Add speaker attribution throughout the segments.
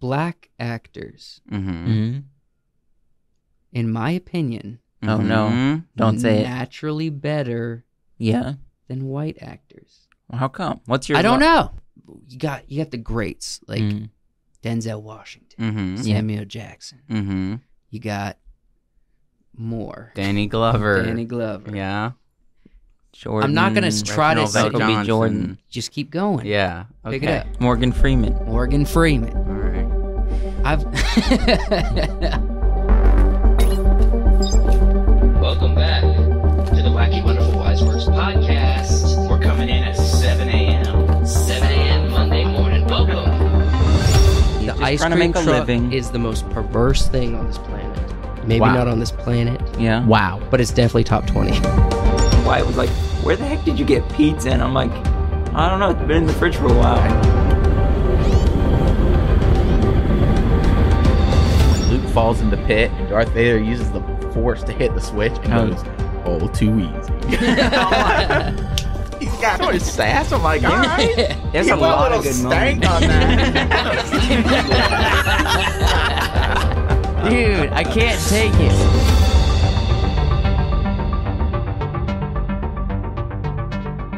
Speaker 1: black actors,
Speaker 2: Mm-hmm.
Speaker 3: Mm-hmm.
Speaker 1: in my opinion,
Speaker 3: Oh, no.
Speaker 2: Mm-hmm.
Speaker 3: Don't say it.
Speaker 1: naturally better
Speaker 3: Yeah.
Speaker 1: than white actors.
Speaker 3: Well, how come? What's your?
Speaker 1: I don't know. You got you got the greats like
Speaker 3: Mm.
Speaker 1: Denzel Washington,
Speaker 2: Mm-hmm.
Speaker 3: Yeah.
Speaker 1: Samuel Jackson.
Speaker 2: Mm-hmm.
Speaker 1: You got more
Speaker 2: Danny Glover.
Speaker 1: Danny Glover.
Speaker 2: Yeah.
Speaker 3: Jordan.
Speaker 1: not gonna try to
Speaker 2: Reginald
Speaker 1: say-
Speaker 2: Bell
Speaker 3: Michael B.
Speaker 2: Johnson.
Speaker 3: Jordan.
Speaker 1: Just keep going.
Speaker 2: Yeah. Okay.
Speaker 1: Pick it up.
Speaker 3: Morgan Freeman.
Speaker 1: Morgan Freeman.
Speaker 2: All right.
Speaker 1: I've
Speaker 4: Welcome back to the Wacky Wonderful Wise Works podcast. We're coming in at 7 a.m. 7 a.m. Monday morning. Welcome.
Speaker 1: the
Speaker 3: just
Speaker 1: ice
Speaker 3: trying to
Speaker 1: cream
Speaker 3: make a
Speaker 1: truck
Speaker 3: living.
Speaker 1: is the most perverse thing on this planet. Maybe
Speaker 3: Wow.
Speaker 1: not on this planet.
Speaker 3: Yeah.
Speaker 1: Wow, but it's definitely top twenty.
Speaker 3: Wyatt was like, "Where the heck did you get pizza?" And I'm like, "I don't know. It's been in the fridge for a while."
Speaker 5: Luke falls in the pit, and Darth Vader uses the force to hit the switch and
Speaker 3: Oh.
Speaker 5: goes, "Oh, too easy." He's got so much sass. I'm like, all right.
Speaker 3: There's
Speaker 5: He
Speaker 3: a
Speaker 5: put
Speaker 3: lot
Speaker 5: little
Speaker 3: of good
Speaker 5: stank
Speaker 3: moments.
Speaker 5: on that.
Speaker 3: Dude, I can't take it.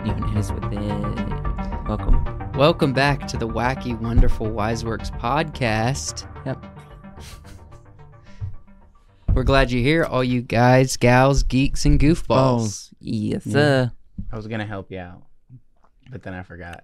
Speaker 3: Even his with it. Welcome.
Speaker 1: Welcome back to the Wacky Wonderful Wise Works podcast.
Speaker 3: Yep.
Speaker 1: We're glad you're here, all you guys, gals, geeks, and goofballs.
Speaker 3: Yes, sir.
Speaker 5: I was gonna help you out, but then I forgot.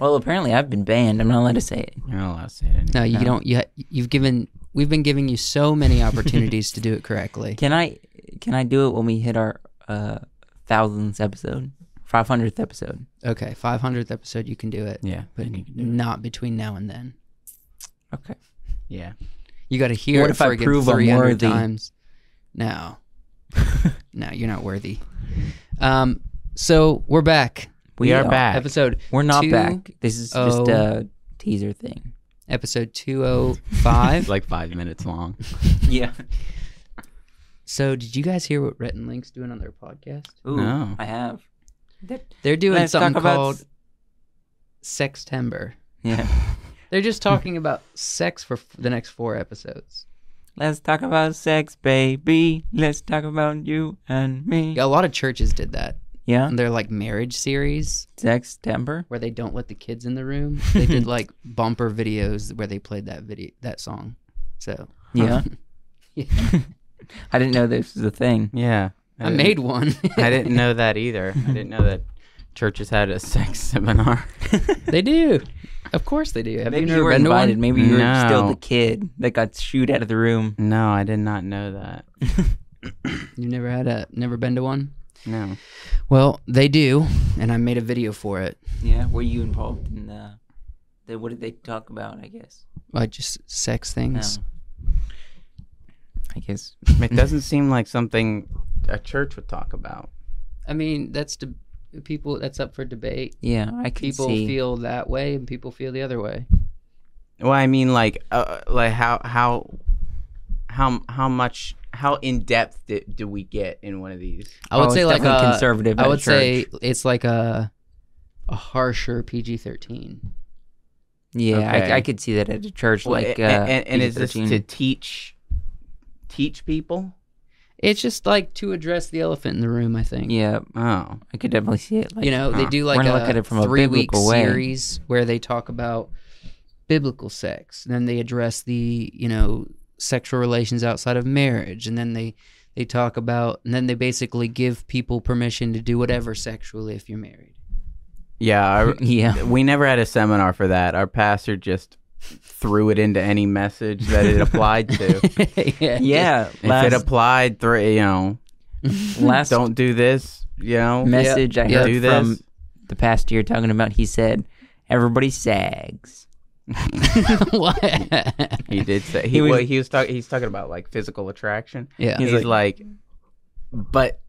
Speaker 3: Well, apparently I've been banned. I'm not allowed to say it.
Speaker 2: You're not allowed to say it anymore.
Speaker 1: no, you
Speaker 3: No.
Speaker 1: don't. You, you've given. We've been giving you so many opportunities to do it correctly.
Speaker 3: Can I? Can I do it when we hit our uh thousandth episode, five hundredth episode?
Speaker 1: Okay, 500th episode, you can do it,
Speaker 2: Yeah.
Speaker 1: but
Speaker 2: then you can do it.
Speaker 1: not between now and then.
Speaker 3: Okay.
Speaker 5: Yeah.
Speaker 1: You got to hear it
Speaker 3: What if I
Speaker 1: friggin'
Speaker 3: prove I'm
Speaker 1: 300
Speaker 3: worthy?
Speaker 1: times. No, no, you're not worthy. Um, so we're back.
Speaker 3: We,
Speaker 5: are back.
Speaker 1: Episode
Speaker 3: We're not
Speaker 1: two-
Speaker 3: back. This is just
Speaker 1: oh.
Speaker 3: a teaser thing.
Speaker 1: episode
Speaker 2: It's
Speaker 1: 205.
Speaker 2: like five minutes long.
Speaker 3: Yeah.
Speaker 1: so, did you guys hear what Rhett and Link's doing on their podcast?
Speaker 3: Ooh,
Speaker 2: No.
Speaker 3: I have.
Speaker 1: They're doing
Speaker 3: Let's
Speaker 1: something
Speaker 3: talk about
Speaker 1: called
Speaker 3: s-
Speaker 1: Sextember.
Speaker 3: Yeah.
Speaker 1: They're just talking about sex for f- the next four episodes.
Speaker 3: Let's talk about sex, baby. Let's talk about you and me.
Speaker 1: Yeah, a lot of churches did that.
Speaker 3: Yeah.
Speaker 1: And they're like marriage series
Speaker 3: Sex temper.
Speaker 1: where they don't let the kids in the room. They did like bumper videos where they played that video that song. So
Speaker 3: Yeah.
Speaker 1: Yeah.
Speaker 3: I didn't know this was a thing.
Speaker 2: Yeah.
Speaker 1: I made one.
Speaker 2: I didn't know that either. I didn't know that churches had a sex seminar.
Speaker 1: they do. Of course they do. Have
Speaker 3: Maybe
Speaker 1: you
Speaker 3: you,
Speaker 1: never
Speaker 3: were
Speaker 1: been to one?
Speaker 3: invited. Maybe you were still
Speaker 2: No.
Speaker 3: the kid that got shooed out of the room.
Speaker 2: no, I did not know that.
Speaker 1: You've never had a never been to one?
Speaker 2: No.
Speaker 1: Well, they do, and I made a video for it.
Speaker 3: Yeah. Were you involved in the? the what did they talk about? I guess.
Speaker 1: I just sex things.
Speaker 3: I guess.
Speaker 2: It doesn't seem like something a church would talk about.
Speaker 1: I mean, that's de- people. That's up for debate.
Speaker 3: Yeah. I could
Speaker 1: People
Speaker 3: see.
Speaker 1: feel that way, and people feel the other way.
Speaker 2: Well, I mean, like, uh, like how how how how much how in depth do, do we get in one of these?
Speaker 1: I would
Speaker 3: Oh,
Speaker 1: say
Speaker 3: it's
Speaker 1: like
Speaker 3: definitely
Speaker 1: a
Speaker 3: conservative.
Speaker 1: I
Speaker 3: at
Speaker 1: would say
Speaker 3: church.
Speaker 1: it's like a a harsher PG thirteen.
Speaker 3: Yeah.
Speaker 2: Okay.
Speaker 3: I, I could see that at a church. like.
Speaker 2: a-
Speaker 3: uh,
Speaker 2: and, and, is this
Speaker 3: PG-13.
Speaker 2: to teach teach people?
Speaker 1: It's just like to address the elephant in the room. I think.
Speaker 3: Yeah.
Speaker 2: Oh,
Speaker 3: I could definitely see it. Like,
Speaker 1: you know, they
Speaker 2: huh.
Speaker 1: do like
Speaker 3: We're
Speaker 1: a
Speaker 3: gonna look at it from a
Speaker 1: three week
Speaker 3: biblical way.
Speaker 1: series where they talk about biblical sex. Then they address the you know sexual relations outside of marriage, and then they they talk about and then they basically give people permission to do whatever sexually if you're married.
Speaker 2: yeah. I-
Speaker 3: Yeah.
Speaker 2: we never had a seminar for that. Our pastor just threw it into any message that it applied to. if
Speaker 1: yeah.
Speaker 3: Yeah.
Speaker 2: it
Speaker 3: Last,
Speaker 2: applied, through you know,
Speaker 3: last
Speaker 2: don't do this. You know,
Speaker 3: message I
Speaker 1: Yeah.
Speaker 3: heard
Speaker 2: do this.
Speaker 3: from the past year talking about, he said, everybody sags.
Speaker 1: What?
Speaker 2: he did say he,
Speaker 3: He was-
Speaker 2: well, he was talking. He's talking about like physical attraction.
Speaker 1: yeah.
Speaker 2: He's, like, but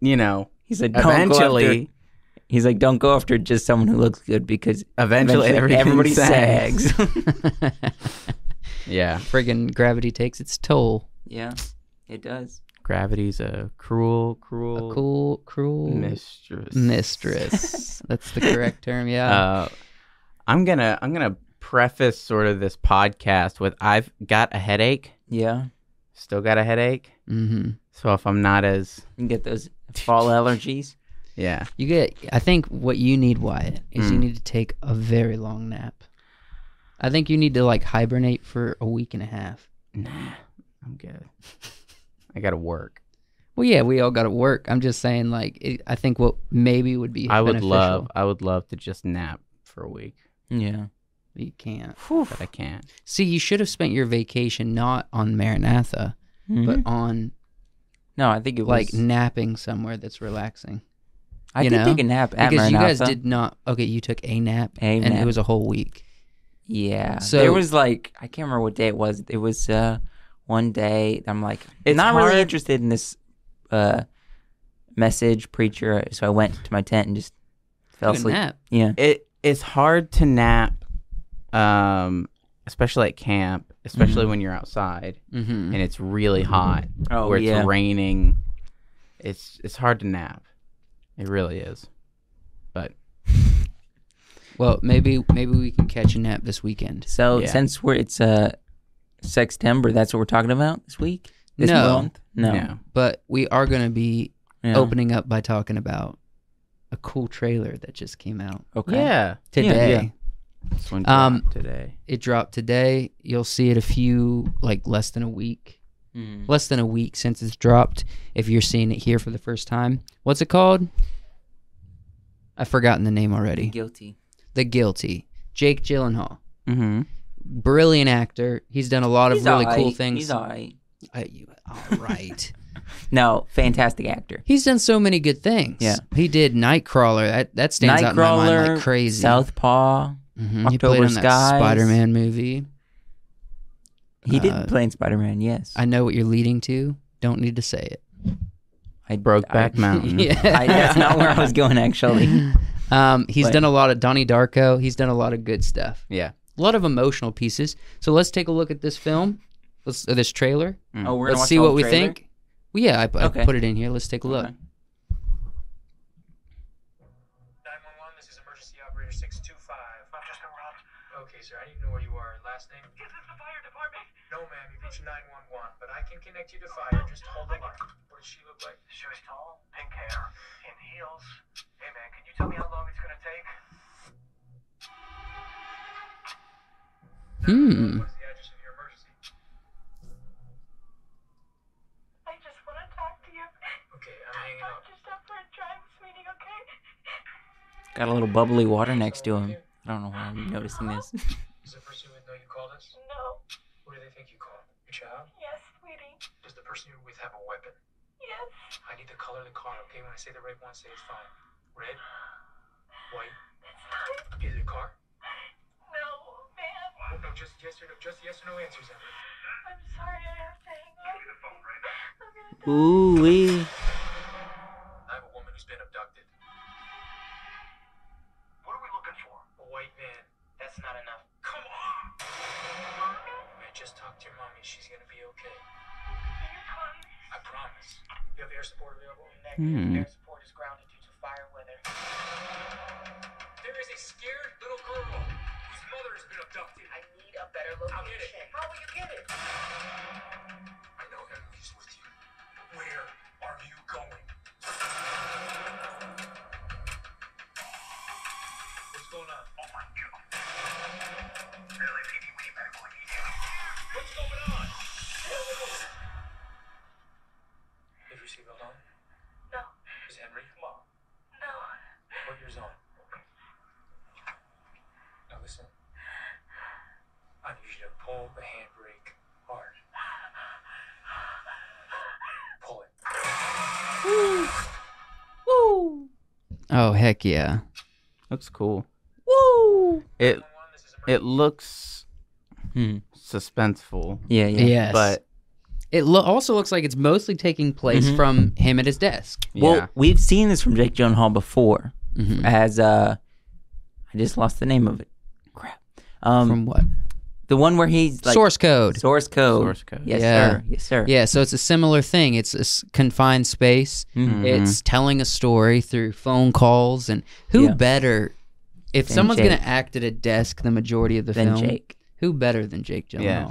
Speaker 2: you know,
Speaker 3: He said, don't go after,
Speaker 2: eventually,
Speaker 3: he's like, don't go after just someone who looks good because
Speaker 2: eventually,
Speaker 3: eventually
Speaker 2: everything
Speaker 3: everybody
Speaker 2: sags.
Speaker 3: sags.
Speaker 2: Yeah,
Speaker 1: Friggin' gravity takes its toll.
Speaker 3: yeah, it does.
Speaker 2: gravity's a cruel, cruel,
Speaker 1: A cool, cruel
Speaker 2: mistress.
Speaker 1: mistress. That's the correct term. Yeah.
Speaker 2: Uh, I'm Uh, gonna, I'm gonna preface sort of this podcast with I've got a headache,
Speaker 3: Yeah.
Speaker 2: still got a headache.
Speaker 1: hmm
Speaker 2: So if I'm not as
Speaker 3: You can get those fall allergies.
Speaker 2: yeah,
Speaker 1: You get. I think what you need, Wyatt, is you
Speaker 2: Mm.
Speaker 1: need to take a very long nap. I think you need to like hibernate for a week and a half.
Speaker 2: nah, I'm good. I gotta work.
Speaker 1: Well, yeah, we all got to work. I'm just saying, like, it, I think what maybe would be.
Speaker 2: I would
Speaker 1: beneficial-
Speaker 2: love I would love to just nap for a week,
Speaker 3: Yeah.
Speaker 1: You can't.
Speaker 2: but I can't.
Speaker 1: See, you should have spent your vacation not on Maranatha,
Speaker 3: But
Speaker 1: but on
Speaker 3: no, I think Mm-hmm. it
Speaker 1: like
Speaker 3: was
Speaker 1: napping somewhere that's relaxing.
Speaker 3: I
Speaker 1: you
Speaker 3: did
Speaker 1: know,
Speaker 3: take a nap at
Speaker 1: because you guys
Speaker 3: Maranatha.
Speaker 1: did not. Okay, you took a nap,
Speaker 3: A
Speaker 1: and
Speaker 3: nap.
Speaker 1: it was a whole week.
Speaker 3: Yeah.
Speaker 1: So-
Speaker 3: there was like I can't remember what day it was. It was uh one day I'm like
Speaker 2: It's
Speaker 3: not
Speaker 2: hard-
Speaker 3: really interested in this uh message preacher, so I went to my tent and just fell
Speaker 1: Took a
Speaker 3: asleep.
Speaker 1: nap.
Speaker 3: Yeah.
Speaker 2: It it's hard to nap, um, especially at camp, especially when you're outside
Speaker 1: Mm-hmm.
Speaker 2: and it's really hot
Speaker 3: Oh
Speaker 2: or it's
Speaker 3: yeah.
Speaker 2: raining. It's it's hard to nap. It really is. But
Speaker 1: Well, maybe maybe we can catch a nap this weekend.
Speaker 3: So
Speaker 2: Yeah.
Speaker 3: since we're it's uh Sextember, that's what we're talking about this week? This
Speaker 1: No. Oh,
Speaker 3: month? No.
Speaker 2: yeah.
Speaker 1: But we are going to be
Speaker 3: Yeah.
Speaker 1: opening up by talking about a cool trailer that just came out
Speaker 3: Okay.
Speaker 2: Yeah.
Speaker 1: today.
Speaker 2: yeah. This one
Speaker 1: Um,
Speaker 2: dropped today.
Speaker 1: It dropped today. You'll see it a few like less than a week,
Speaker 3: Mm.
Speaker 1: less than a week since it's dropped. If you're seeing it here for the first time, what's it called? I've forgotten the name already.
Speaker 3: Guilty.
Speaker 1: The Guilty. Jake Gyllenhaal,
Speaker 2: Mm-hmm.
Speaker 1: brilliant actor. He's done a lot of
Speaker 3: He's
Speaker 1: really cool
Speaker 3: alright.
Speaker 1: things.
Speaker 3: He's all right.
Speaker 1: Uh, you- all right.
Speaker 3: No, fantastic actor.
Speaker 1: He's done so many good things.
Speaker 3: Yeah.
Speaker 1: he did Nightcrawler. That that stands out in my mind
Speaker 3: Nightcrawler,
Speaker 1: like crazy.
Speaker 3: Southpaw.
Speaker 1: Mhm. He
Speaker 3: October
Speaker 1: played on that
Speaker 3: Skies.
Speaker 1: Spider-Man movie.
Speaker 3: He
Speaker 1: Uh,
Speaker 3: did play in Spider Man, yes.
Speaker 1: I know what you're leading to. Don't need to say it.
Speaker 3: I
Speaker 2: Brokeback
Speaker 3: I-
Speaker 2: Mountain.
Speaker 1: yeah,
Speaker 3: Mm-hmm. I, that's not where I was going actually.
Speaker 1: Um, he's
Speaker 3: But-
Speaker 1: done a lot of Donnie Darko. He's done a lot of good stuff.
Speaker 2: Yeah.
Speaker 1: A lot of emotional pieces. So let's take a look at this film. Let's uh, this trailer.
Speaker 3: Oh, we're
Speaker 1: let's see what we think. Well, yeah, I, I
Speaker 3: Okay.
Speaker 1: put it in here. Let's take a look.
Speaker 3: Okay.
Speaker 6: 911, this is emergency operator 625. I'm just around. Okay, sir, I need to know where you are. Last name? Is this the fire department? No, ma'am, you've reached 911, but I can connect you to fire. Just hold the line. What does she look like? She was tall, pink hair, in heels. Hey, man, can you tell me how long it's going to take?
Speaker 1: Hmm.
Speaker 6: What is the address of your emergency?
Speaker 7: I just want to talk to you.
Speaker 6: Okay, I'm hanging
Speaker 7: I'm
Speaker 6: up.
Speaker 7: just up for a drive, sweetie, okay?
Speaker 3: Got a little bubbly water next to him. I don't know why I'm noticing this.
Speaker 6: Does the person you with know you called us?
Speaker 7: No.
Speaker 6: Who do they think you called? Your child?
Speaker 7: Yes, sweetie.
Speaker 6: Does the person you're with have a weapon?
Speaker 7: Yes.
Speaker 6: I need the color of the car, okay? When I say the right one, say it's fine. Red? White? Is it a car?
Speaker 7: No, ma'am.
Speaker 6: No, just yes or no, just yes or no answers, Emma.
Speaker 7: I'm sorry I have to hang up. I'm gonna die.
Speaker 3: Ooh wee.
Speaker 6: I have a woman who's been abducted. What are we looking for? A white man. That's not enough. Come on! Man, just talk to your mommy. She's gonna be okay.
Speaker 7: You're calling.
Speaker 6: I promise. You have air support available?
Speaker 2: Hmm.
Speaker 6: Air support is grounded due to fire weather. There is a scared little girl whose mother has been abducted. I need a better location. I'll get it. How will you get it? I know Emily's with you. Where are you going? What's going on? Oh my god. LAPD, we better go What's going on? Have your seatbelt on?
Speaker 7: No,
Speaker 6: Is Henry? Come on.
Speaker 7: no.
Speaker 6: Put yours on. Now listen. I need you to pull the handbrake hard. Pull it.
Speaker 1: Oh heck yeah.
Speaker 2: Looks cool. Woo! It it looks
Speaker 3: Hmm.
Speaker 2: suspenseful.
Speaker 3: Yeah, yeah.
Speaker 1: Yes.
Speaker 2: But
Speaker 1: it lo- also looks like it's mostly taking place
Speaker 3: Mhm.
Speaker 1: from him at his desk.
Speaker 3: Well,
Speaker 2: yeah.
Speaker 3: we've seen this from Jake Gyllenhaal before.
Speaker 1: Mhm.
Speaker 3: As uh I just lost the name of it. Crap. Um
Speaker 1: from what?
Speaker 3: the one where he's like
Speaker 1: Source code.
Speaker 3: Source code.
Speaker 2: Source code.
Speaker 3: Yes,
Speaker 1: Yeah.
Speaker 3: sir. Yes, sir.
Speaker 1: Yeah, so it's a similar thing. It's a s- confined space.
Speaker 3: Mhm.
Speaker 1: It's telling a story through phone calls, and who
Speaker 3: Yeah.
Speaker 1: better If
Speaker 2: Then
Speaker 1: someone's
Speaker 2: Jake.
Speaker 1: gonna act at a desk the majority of the
Speaker 2: Then
Speaker 1: film,
Speaker 2: Jake.
Speaker 1: who better than Jake Gyllenhaal?
Speaker 2: Yeah.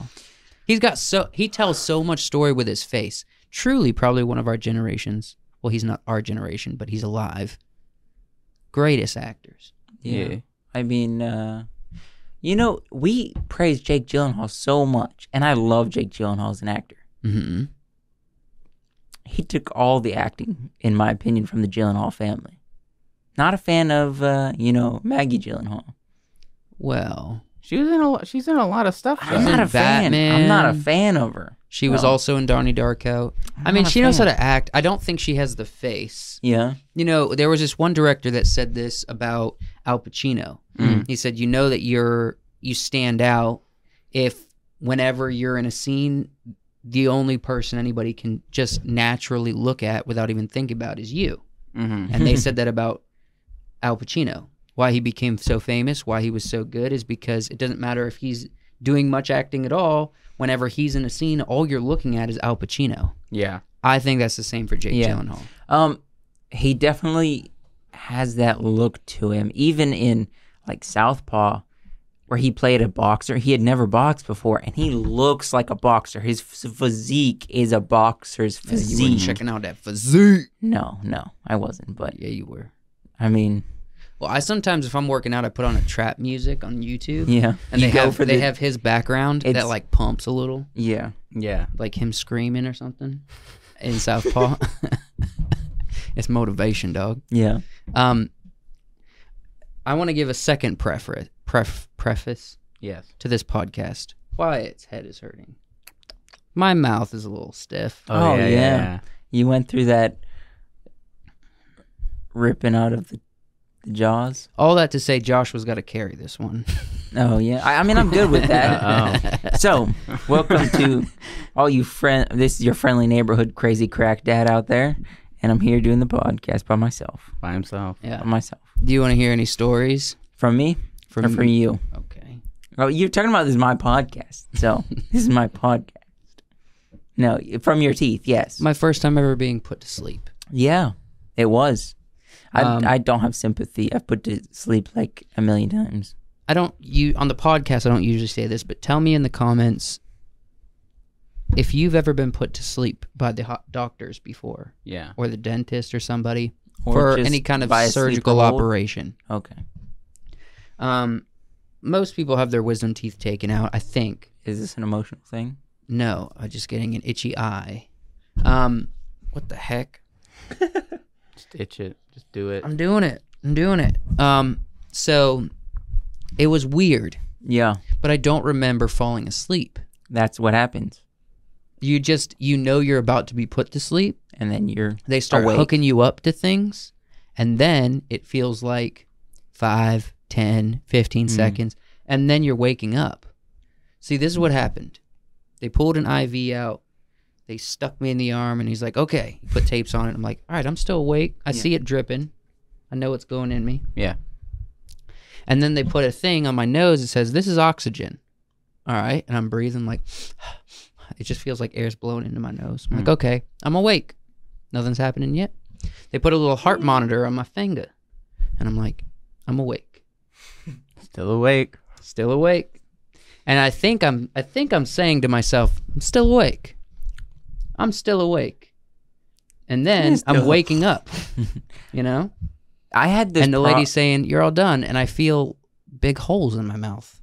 Speaker 1: He's got so he tells so much story with his face. Truly, probably one of our generations. Well, he's not our generation, but he's alive. Greatest actors.
Speaker 2: Yeah.
Speaker 3: I mean, uh, you know, we praise Jake Gyllenhaal so much, and I love Jake Gyllenhaal as an actor. Mm-hmm.
Speaker 1: hmm
Speaker 3: He took all the acting, in my opinion, from the Gyllenhaal family. Not a fan of, uh, you know, Maggie Gyllenhaal.
Speaker 1: Well,
Speaker 2: She was in a lo- she's in a lot of stuff.
Speaker 3: I'm
Speaker 1: She's
Speaker 2: though.
Speaker 3: not
Speaker 1: in
Speaker 3: a fan. I'm
Speaker 1: Batman.
Speaker 3: not a fan of her.
Speaker 1: she was
Speaker 3: No.
Speaker 1: also in Donnie Darko. I mean,
Speaker 3: not a
Speaker 1: she knows how
Speaker 3: fan.
Speaker 1: to act. I don't think she has the face.
Speaker 3: Yeah.
Speaker 1: You know, there was this one director that said this about Al Pacino. He said, "You know that you're you stand out if whenever you're in a scene, the only person anybody can just naturally look at without even thinking about is you."
Speaker 2: Mhm.
Speaker 1: And they said that about Al Pacino. Why he became so famous, why he was so good is because it doesn't matter if he's doing much acting at all. Whenever he's in a scene, all you're looking at is Al Pacino.
Speaker 2: Yeah.
Speaker 1: I think that's the same for Jake
Speaker 3: Yeah.
Speaker 1: Gyllenhaal.
Speaker 3: Um, he definitely has that look to him, even in like Southpaw, where he played a boxer. He had never boxed before, and he looks like a boxer. His phys- physique is a boxer's
Speaker 1: You weren't
Speaker 3: physique.
Speaker 1: checking out that physique.
Speaker 3: no, no, I wasn't. But
Speaker 1: Yeah, you were.
Speaker 3: I mean,
Speaker 1: Well, I sometimes if I'm working out, I put on a trap music on YouTube,
Speaker 3: yeah,
Speaker 1: and
Speaker 3: You
Speaker 1: they
Speaker 3: go
Speaker 1: have
Speaker 3: for
Speaker 1: they
Speaker 3: the-
Speaker 1: have his background that
Speaker 3: It's-
Speaker 1: like pumps a little,
Speaker 3: yeah.
Speaker 2: Yeah.
Speaker 1: like him screaming or something in Southpaw. it's motivation, dog.
Speaker 3: Yeah.
Speaker 1: Um, I want to give a second prefer- pref- preface
Speaker 2: Yes.
Speaker 1: to this podcast. Wyatt's head is hurting. My mouth is a little stiff.
Speaker 3: Oh, yeah, yeah. You went through that ripping out of the, the jaws.
Speaker 1: All that to say, Josh was got to carry this one.
Speaker 3: Oh yeah. I, I mean, I'm good with that. So, welcome to all you friend. This is your friendly neighborhood crazy crack dad out there, and I'm here doing the podcast by myself.
Speaker 2: By himself.
Speaker 1: yeah.
Speaker 3: By myself.
Speaker 1: Do you want to hear any stories?
Speaker 3: From me
Speaker 1: From
Speaker 3: or from you?
Speaker 1: Okay.
Speaker 3: Oh, you're talking about this is my podcast. So this is my podcast. No, from your teeth. Yes.
Speaker 1: My first time ever being put to sleep.
Speaker 3: yeah, it was. I
Speaker 1: Um,
Speaker 3: I don't have sympathy. I've put to sleep like a million times.
Speaker 1: I don't you on the podcast I don't usually say this, but tell me in the comments if you've ever been put to sleep by the ho- doctors before
Speaker 2: Yeah.
Speaker 1: or the dentist or somebody
Speaker 3: Or
Speaker 1: for
Speaker 3: just
Speaker 1: any kind of
Speaker 3: by a
Speaker 1: surgical
Speaker 3: sleeper hold.
Speaker 1: operation.
Speaker 3: Okay.
Speaker 1: Um most people have their wisdom teeth taken out, I think.
Speaker 3: Is this an emotional thing?
Speaker 1: No, I'm just getting an itchy eye. Um what the heck?
Speaker 2: Stitch it. Just do it.
Speaker 1: I'm doing it. I'm doing it. Um so it was weird,
Speaker 3: Yeah,
Speaker 1: but I don't remember falling asleep.
Speaker 3: that's what happens.
Speaker 1: you just you know you're about to be put to sleep
Speaker 3: And then you're
Speaker 1: they start
Speaker 3: Awake.
Speaker 1: hooking you up to things and then it feels like five, ten, fifteen
Speaker 3: Mm.
Speaker 1: seconds and then you're waking up see this is what happened they pulled an iv out they stuck me in the arm and he's like okay put tapes on it i'm like all right i'm still awake i see it dripping i know it's going in me
Speaker 2: Yeah.
Speaker 1: and then they put a thing on my nose that says this is oxygen all right and i'm breathing like it just feels like air's blowing into my nose
Speaker 3: Mm.
Speaker 1: i'm like okay i'm awake nothing's happening yet they put a little heart monitor on my finger and i'm like i'm awake
Speaker 2: Still awake.
Speaker 1: still awake and i think i'm i think i'm saying to myself i'm still awake i'm still awake and then
Speaker 3: You're
Speaker 1: i'm
Speaker 3: still-
Speaker 1: waking up you know
Speaker 3: I had this
Speaker 1: and the
Speaker 3: pro-
Speaker 1: lady's saying you're all done and i feel big holes in my mouth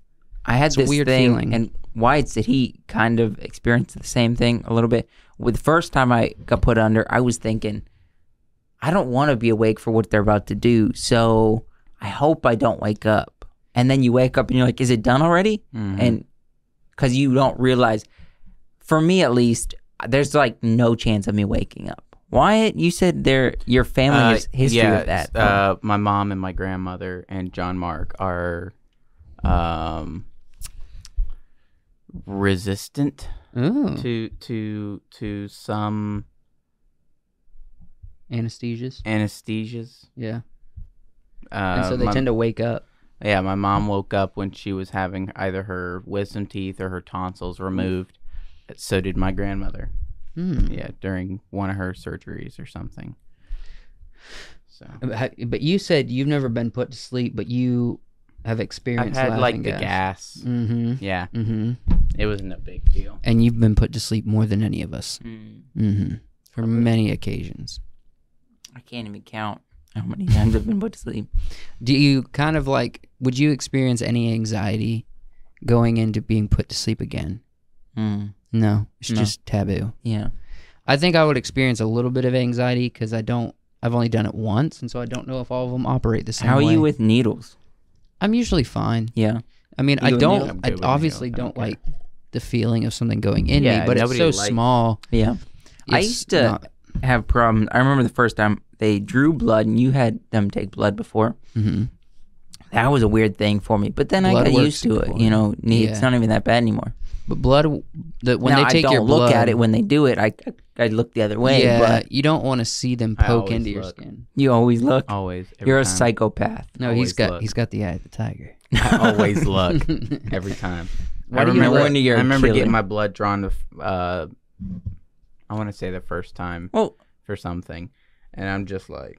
Speaker 3: I had
Speaker 1: it's a
Speaker 3: this
Speaker 1: weird
Speaker 3: thing,
Speaker 1: feeling.
Speaker 3: and Wyatt said he kind of experienced the same thing a little bit. With the first time I got put under, I was thinking, I don't want to be awake for what they're about to do, so I hope I don't wake up. And then you wake up and you're like, is it done already?
Speaker 1: Mm-hmm.
Speaker 3: And because you don't realize, for me at least, there's like no chance of me waking up. Wyatt, you said there your family
Speaker 2: Uh,
Speaker 3: has history
Speaker 2: yeah,
Speaker 3: of that.
Speaker 2: Uh, my mom and my grandmother and John Mark are um, resistant
Speaker 1: Ooh.
Speaker 2: to to to some
Speaker 1: anesthesias
Speaker 2: anesthesias.
Speaker 1: yeah
Speaker 2: Uh,
Speaker 1: and so they
Speaker 2: my-
Speaker 1: tend to wake up
Speaker 2: Yeah, my mom woke up when she was having either her wisdom teeth or her tonsils removed. So did my grandmother.
Speaker 1: Hmm.
Speaker 2: Yeah, during one of her surgeries or something. So
Speaker 1: But ha- but you said you've never been put to sleep, but you have
Speaker 2: I've
Speaker 1: experienced
Speaker 2: had like
Speaker 1: laughing
Speaker 2: the
Speaker 1: gas.
Speaker 2: gas.
Speaker 1: Mm-hmm.
Speaker 2: Yeah,
Speaker 1: Mm-hmm.
Speaker 2: it wasn't a big deal.
Speaker 1: And you've been put to sleep more than any of us.
Speaker 3: Hmm.
Speaker 1: Mm-hmm. For many occasions.
Speaker 3: I can't even count how many times I've been put to sleep.
Speaker 1: Do you kind of like? Would you experience any anxiety going into being put to sleep again? Hmm.
Speaker 3: Mm.
Speaker 1: No, it's
Speaker 3: No.
Speaker 1: just taboo.
Speaker 3: Yeah.
Speaker 1: I think I would experience a little bit of anxiety because I don't. I've only done it once, and so I don't know if all of them operate the same.
Speaker 3: how are
Speaker 1: way.
Speaker 3: you with needles?
Speaker 1: I'm usually fine.
Speaker 3: Yeah.
Speaker 1: I mean,
Speaker 3: You
Speaker 1: I
Speaker 3: and
Speaker 1: don't.
Speaker 3: Neil?
Speaker 2: I'm good
Speaker 1: I
Speaker 2: with Neil.
Speaker 1: obviously
Speaker 2: I
Speaker 1: don't
Speaker 2: don't care.
Speaker 1: like the feeling of something going in
Speaker 2: Yeah,
Speaker 1: me, but it's
Speaker 2: nobody
Speaker 1: so
Speaker 2: likes-
Speaker 1: small.
Speaker 3: Yeah. I
Speaker 1: it's
Speaker 3: used to
Speaker 1: not-
Speaker 3: have problems. I remember the first time they drew blood and you had them take blood before.
Speaker 1: Mhm.
Speaker 3: That was a weird thing for me. But then
Speaker 1: Blood
Speaker 3: I got
Speaker 1: works
Speaker 3: used to it.
Speaker 1: before.
Speaker 3: You know, ne- it's
Speaker 1: Yeah.
Speaker 3: not even that bad anymore.
Speaker 1: But blood, the, when
Speaker 3: Now,
Speaker 1: they take
Speaker 3: I don't
Speaker 1: your
Speaker 3: look
Speaker 1: blood,
Speaker 3: at it when they do it. I I look the other way.
Speaker 1: yeah,
Speaker 3: But
Speaker 1: you don't want to see them
Speaker 2: I
Speaker 1: poke
Speaker 2: always
Speaker 1: into your
Speaker 2: look.
Speaker 1: skin.
Speaker 3: you always look.
Speaker 2: Always. every
Speaker 3: You're a
Speaker 2: time.
Speaker 3: psychopath.
Speaker 1: No,
Speaker 2: Always
Speaker 1: he's got
Speaker 2: look.
Speaker 1: he's got the eye of the tiger.
Speaker 2: I always look every time.
Speaker 1: Why
Speaker 2: I
Speaker 1: do you
Speaker 2: remember.
Speaker 1: look?
Speaker 3: You're
Speaker 2: I
Speaker 3: a
Speaker 2: remember
Speaker 3: killer.
Speaker 2: getting my blood drawn. The f- uh, I want to say the first time
Speaker 3: Well,
Speaker 2: for something, and I'm just like,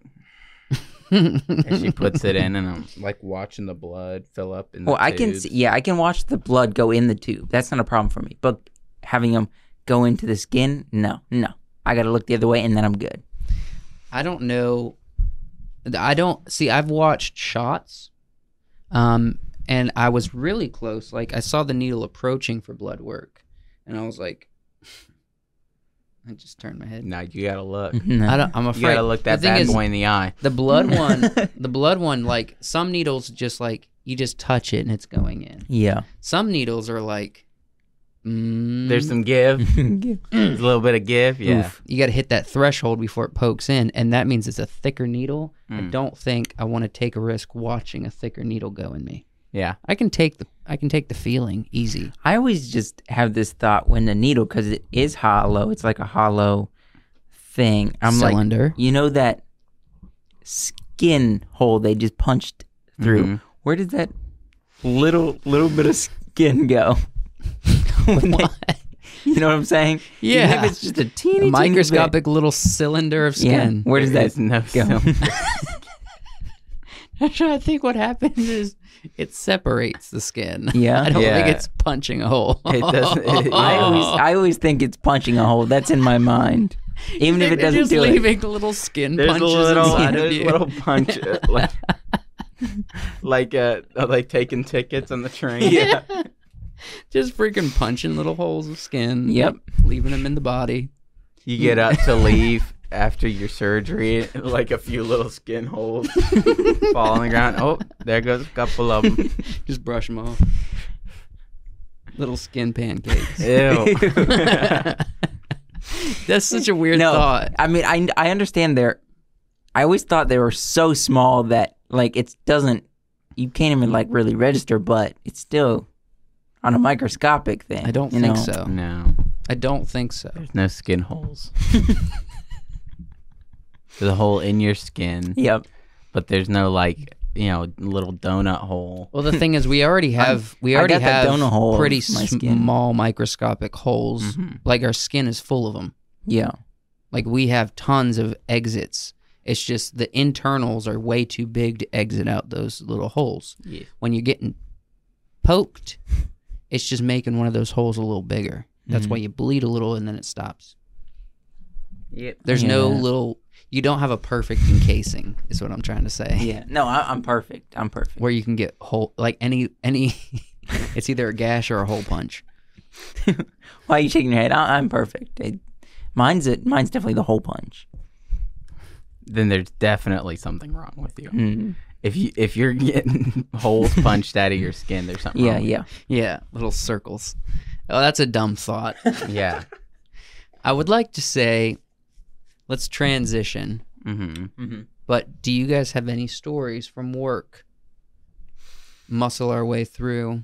Speaker 2: and she puts it in, and I'm like watching the blood fill up. In the
Speaker 3: well, Oh, I can
Speaker 2: tubes.
Speaker 3: see, yeah, I can watch the blood go in the tube. That's not a problem for me. But having them go into the skin, no, no. I got to look the other way and then I'm good.
Speaker 1: I don't know. I don't see. I've watched shots, um, and I was really close. Like I saw the needle approaching for blood work, and I was like, I just turned my head.
Speaker 2: Now you gotta look.
Speaker 3: No.
Speaker 1: I don't. I'm
Speaker 2: You
Speaker 1: afraid.
Speaker 2: gotta look that
Speaker 1: the thing
Speaker 2: bad
Speaker 1: is,
Speaker 2: boy in the eye.
Speaker 1: The blood one. the blood one. Like some needles, just like you just touch it and it's going in.
Speaker 3: yeah.
Speaker 1: Some needles are like, mm,
Speaker 2: There's some give. There's a little bit of give. Yeah.
Speaker 3: Oof.
Speaker 1: you got to hit that threshold before it pokes in, and that means it's a thicker needle. I
Speaker 2: Mm.
Speaker 1: don't think I want to take a risk watching a thicker needle go in me.
Speaker 2: Yeah.
Speaker 1: I can take the I can take the feeling easy.
Speaker 3: I always just have this thought when the needle, because it is hollow, it's like a hollow thing. I'm like,
Speaker 1: cylinder.
Speaker 3: you know that skin hole they just punched through.
Speaker 2: Mhm.
Speaker 1: Mm-hmm.
Speaker 3: Where did that little little bit of skin go? When they- you know what I'm saying? Even
Speaker 1: Yeah.
Speaker 3: if it's just a teeny
Speaker 1: a
Speaker 3: teeny
Speaker 1: microscopic little cylinder of
Speaker 3: bit. Yeah.
Speaker 1: skin.
Speaker 3: Where does that?
Speaker 2: There's no sound.
Speaker 1: I think what happens is it separates the skin.
Speaker 3: Yeah.
Speaker 1: I don't
Speaker 2: Yeah.
Speaker 1: think it's punching a hole.
Speaker 2: It doesn't- it-
Speaker 3: I
Speaker 1: Oh.
Speaker 3: always I always think it's punching a hole. That's in my mind. Even if it
Speaker 1: They're
Speaker 3: doesn't
Speaker 1: just
Speaker 3: do it.
Speaker 1: leaving little skin
Speaker 2: There's a
Speaker 1: punches
Speaker 2: little, uh,
Speaker 1: inside of
Speaker 2: there's a
Speaker 1: you.
Speaker 2: little punch, uh, like, like uh, like taking tickets on the train.
Speaker 3: Yeah.
Speaker 1: just freaking punching little holes of skin.
Speaker 3: Yep.
Speaker 1: leaving them in the body.
Speaker 2: You get up to leave after your surgery, like a few little skin holes fall on the ground. Oh, there goes a couple of them.
Speaker 1: Just brush them off. Little skin pancakes.
Speaker 2: Ew.
Speaker 1: That's such a weird
Speaker 3: no,
Speaker 1: thought.
Speaker 3: I mean I I understand they're. I always thought they were so small that like it doesn't. You can't even like really register, but it's still on a microscopic thing.
Speaker 1: I don't
Speaker 3: you
Speaker 1: think
Speaker 3: know?
Speaker 1: so.
Speaker 2: no,
Speaker 1: I don't think so.
Speaker 2: no skin holes. there's a hole in your skin,
Speaker 3: Yep.
Speaker 2: but there's no like you know little donut hole.
Speaker 1: Well, the thing is, we already have we
Speaker 3: I
Speaker 1: already
Speaker 3: got the
Speaker 1: have
Speaker 3: donut hole of
Speaker 1: pretty
Speaker 3: my skin. Mm-hmm.
Speaker 1: small microscopic holes. Like our skin is full of them.
Speaker 3: Yeah.
Speaker 1: Like we have tons of exits. It's just the internals are way too big to exit out those little holes.
Speaker 2: Yeah.
Speaker 1: When you're getting poked, it's just making one of those holes a little bigger. That's
Speaker 3: Mm-hmm.
Speaker 1: why you bleed a little and then it stops.
Speaker 2: Yep.
Speaker 1: There's no
Speaker 3: Yeah.
Speaker 1: little. You don't have a perfect encasing. Is what I'm trying to say.
Speaker 3: Yeah. No, I, I'm perfect. I'm perfect.
Speaker 1: Where you can get hole like any any. it's either a gash or a hole punch.
Speaker 3: Why are you shaking your head? I, I'm perfect. It, mine's it. Mine's definitely the hole punch.
Speaker 2: Then there's definitely something wrong with you.
Speaker 1: Hmm.
Speaker 3: Mm.
Speaker 2: If you if you're getting holes punched out of your skin, there's something.
Speaker 3: Yeah.
Speaker 2: wrong with
Speaker 3: Yeah.
Speaker 1: Yeah, little circles. Oh, that's a dumb thought.
Speaker 2: you. Yeah.
Speaker 1: I would like to say, let's transition.
Speaker 2: Mm-hmm.
Speaker 1: But do you guys have any stories from work? Muscle our way through.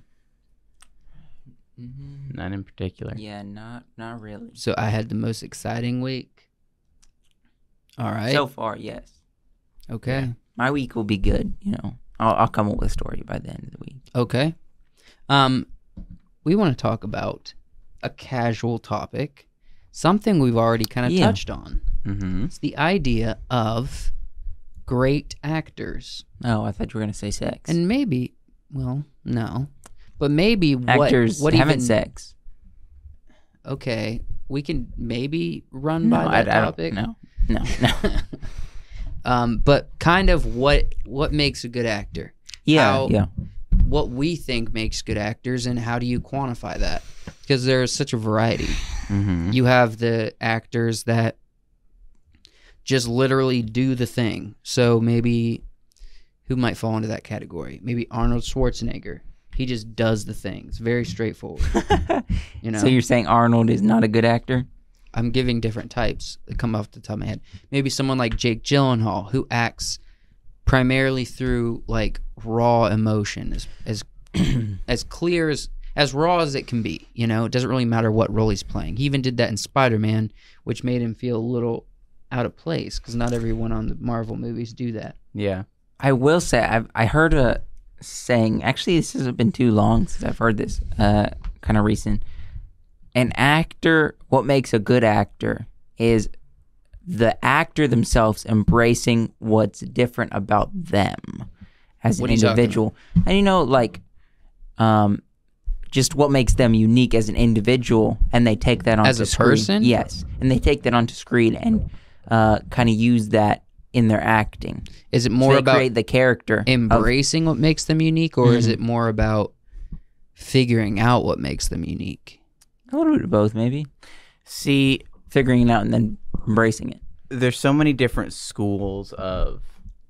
Speaker 2: None in particular.
Speaker 3: Yeah. Not. Not really.
Speaker 1: So I had the most exciting week. All right.
Speaker 3: So far, yes.
Speaker 1: okay.
Speaker 3: My week will be good. You know, I'll, I'll come up with a story by the end of the week.
Speaker 1: Okay. Um, we want to talk about a casual topic, something we've already kind of
Speaker 3: Yeah.
Speaker 1: touched on.
Speaker 2: Mm-hmm.
Speaker 1: It's the idea of great actors.
Speaker 3: Oh, I thought you were gonna say sex.
Speaker 1: And maybe well, no, but maybe what
Speaker 3: Actors
Speaker 1: what
Speaker 3: having
Speaker 1: even,
Speaker 3: sex.
Speaker 1: Okay, we can maybe run
Speaker 3: No,
Speaker 1: by that
Speaker 3: I, I
Speaker 1: topic.
Speaker 3: Don't, no, no, no.
Speaker 1: um, but kind of what what makes a good actor?
Speaker 3: Yeah,
Speaker 1: How-
Speaker 3: yeah.
Speaker 1: What we think makes good actors, and how do you quantify that? Because there is such a variety.
Speaker 2: Mm-hmm.
Speaker 1: You have the actors that just literally do the thing. So maybe who might fall into that category? Maybe Arnold Schwarzenegger. He just does the thing. It's very straightforward. You know,
Speaker 3: So you're saying Arnold is not a good actor?
Speaker 1: I'm giving different types that come off the top of my head. Maybe someone like Jake Gyllenhaal who acts primarily through like raw emotion as as as clear as as raw as it can be, you know, it doesn't really matter what role he's playing. He even did that in Spider-Man, which made him feel a little out of place because not everyone on the Marvel movies do that.
Speaker 2: Yeah.
Speaker 3: I will say I've I heard a saying. Actually, this hasn't been too long since I've heard this. Uh, kind of recent. An actor. What makes a good actor is the actor themselves embracing what's different about them as
Speaker 1: What are
Speaker 3: an
Speaker 1: you talking
Speaker 3: individual. And you know, like, um, just what makes them unique as an individual, and they take that on
Speaker 1: As a person?
Speaker 3: Yes, and they take that onto screen and uh, kind of use that in their acting.
Speaker 1: Is it
Speaker 3: So
Speaker 1: more
Speaker 3: they
Speaker 1: about
Speaker 3: create Mm-hmm. the character. of-
Speaker 1: embracing what makes them unique or is it more about figuring out what makes them unique?
Speaker 3: a little bit of both, maybe
Speaker 2: See,
Speaker 3: figuring it out and then embracing it.
Speaker 2: there's so many different schools of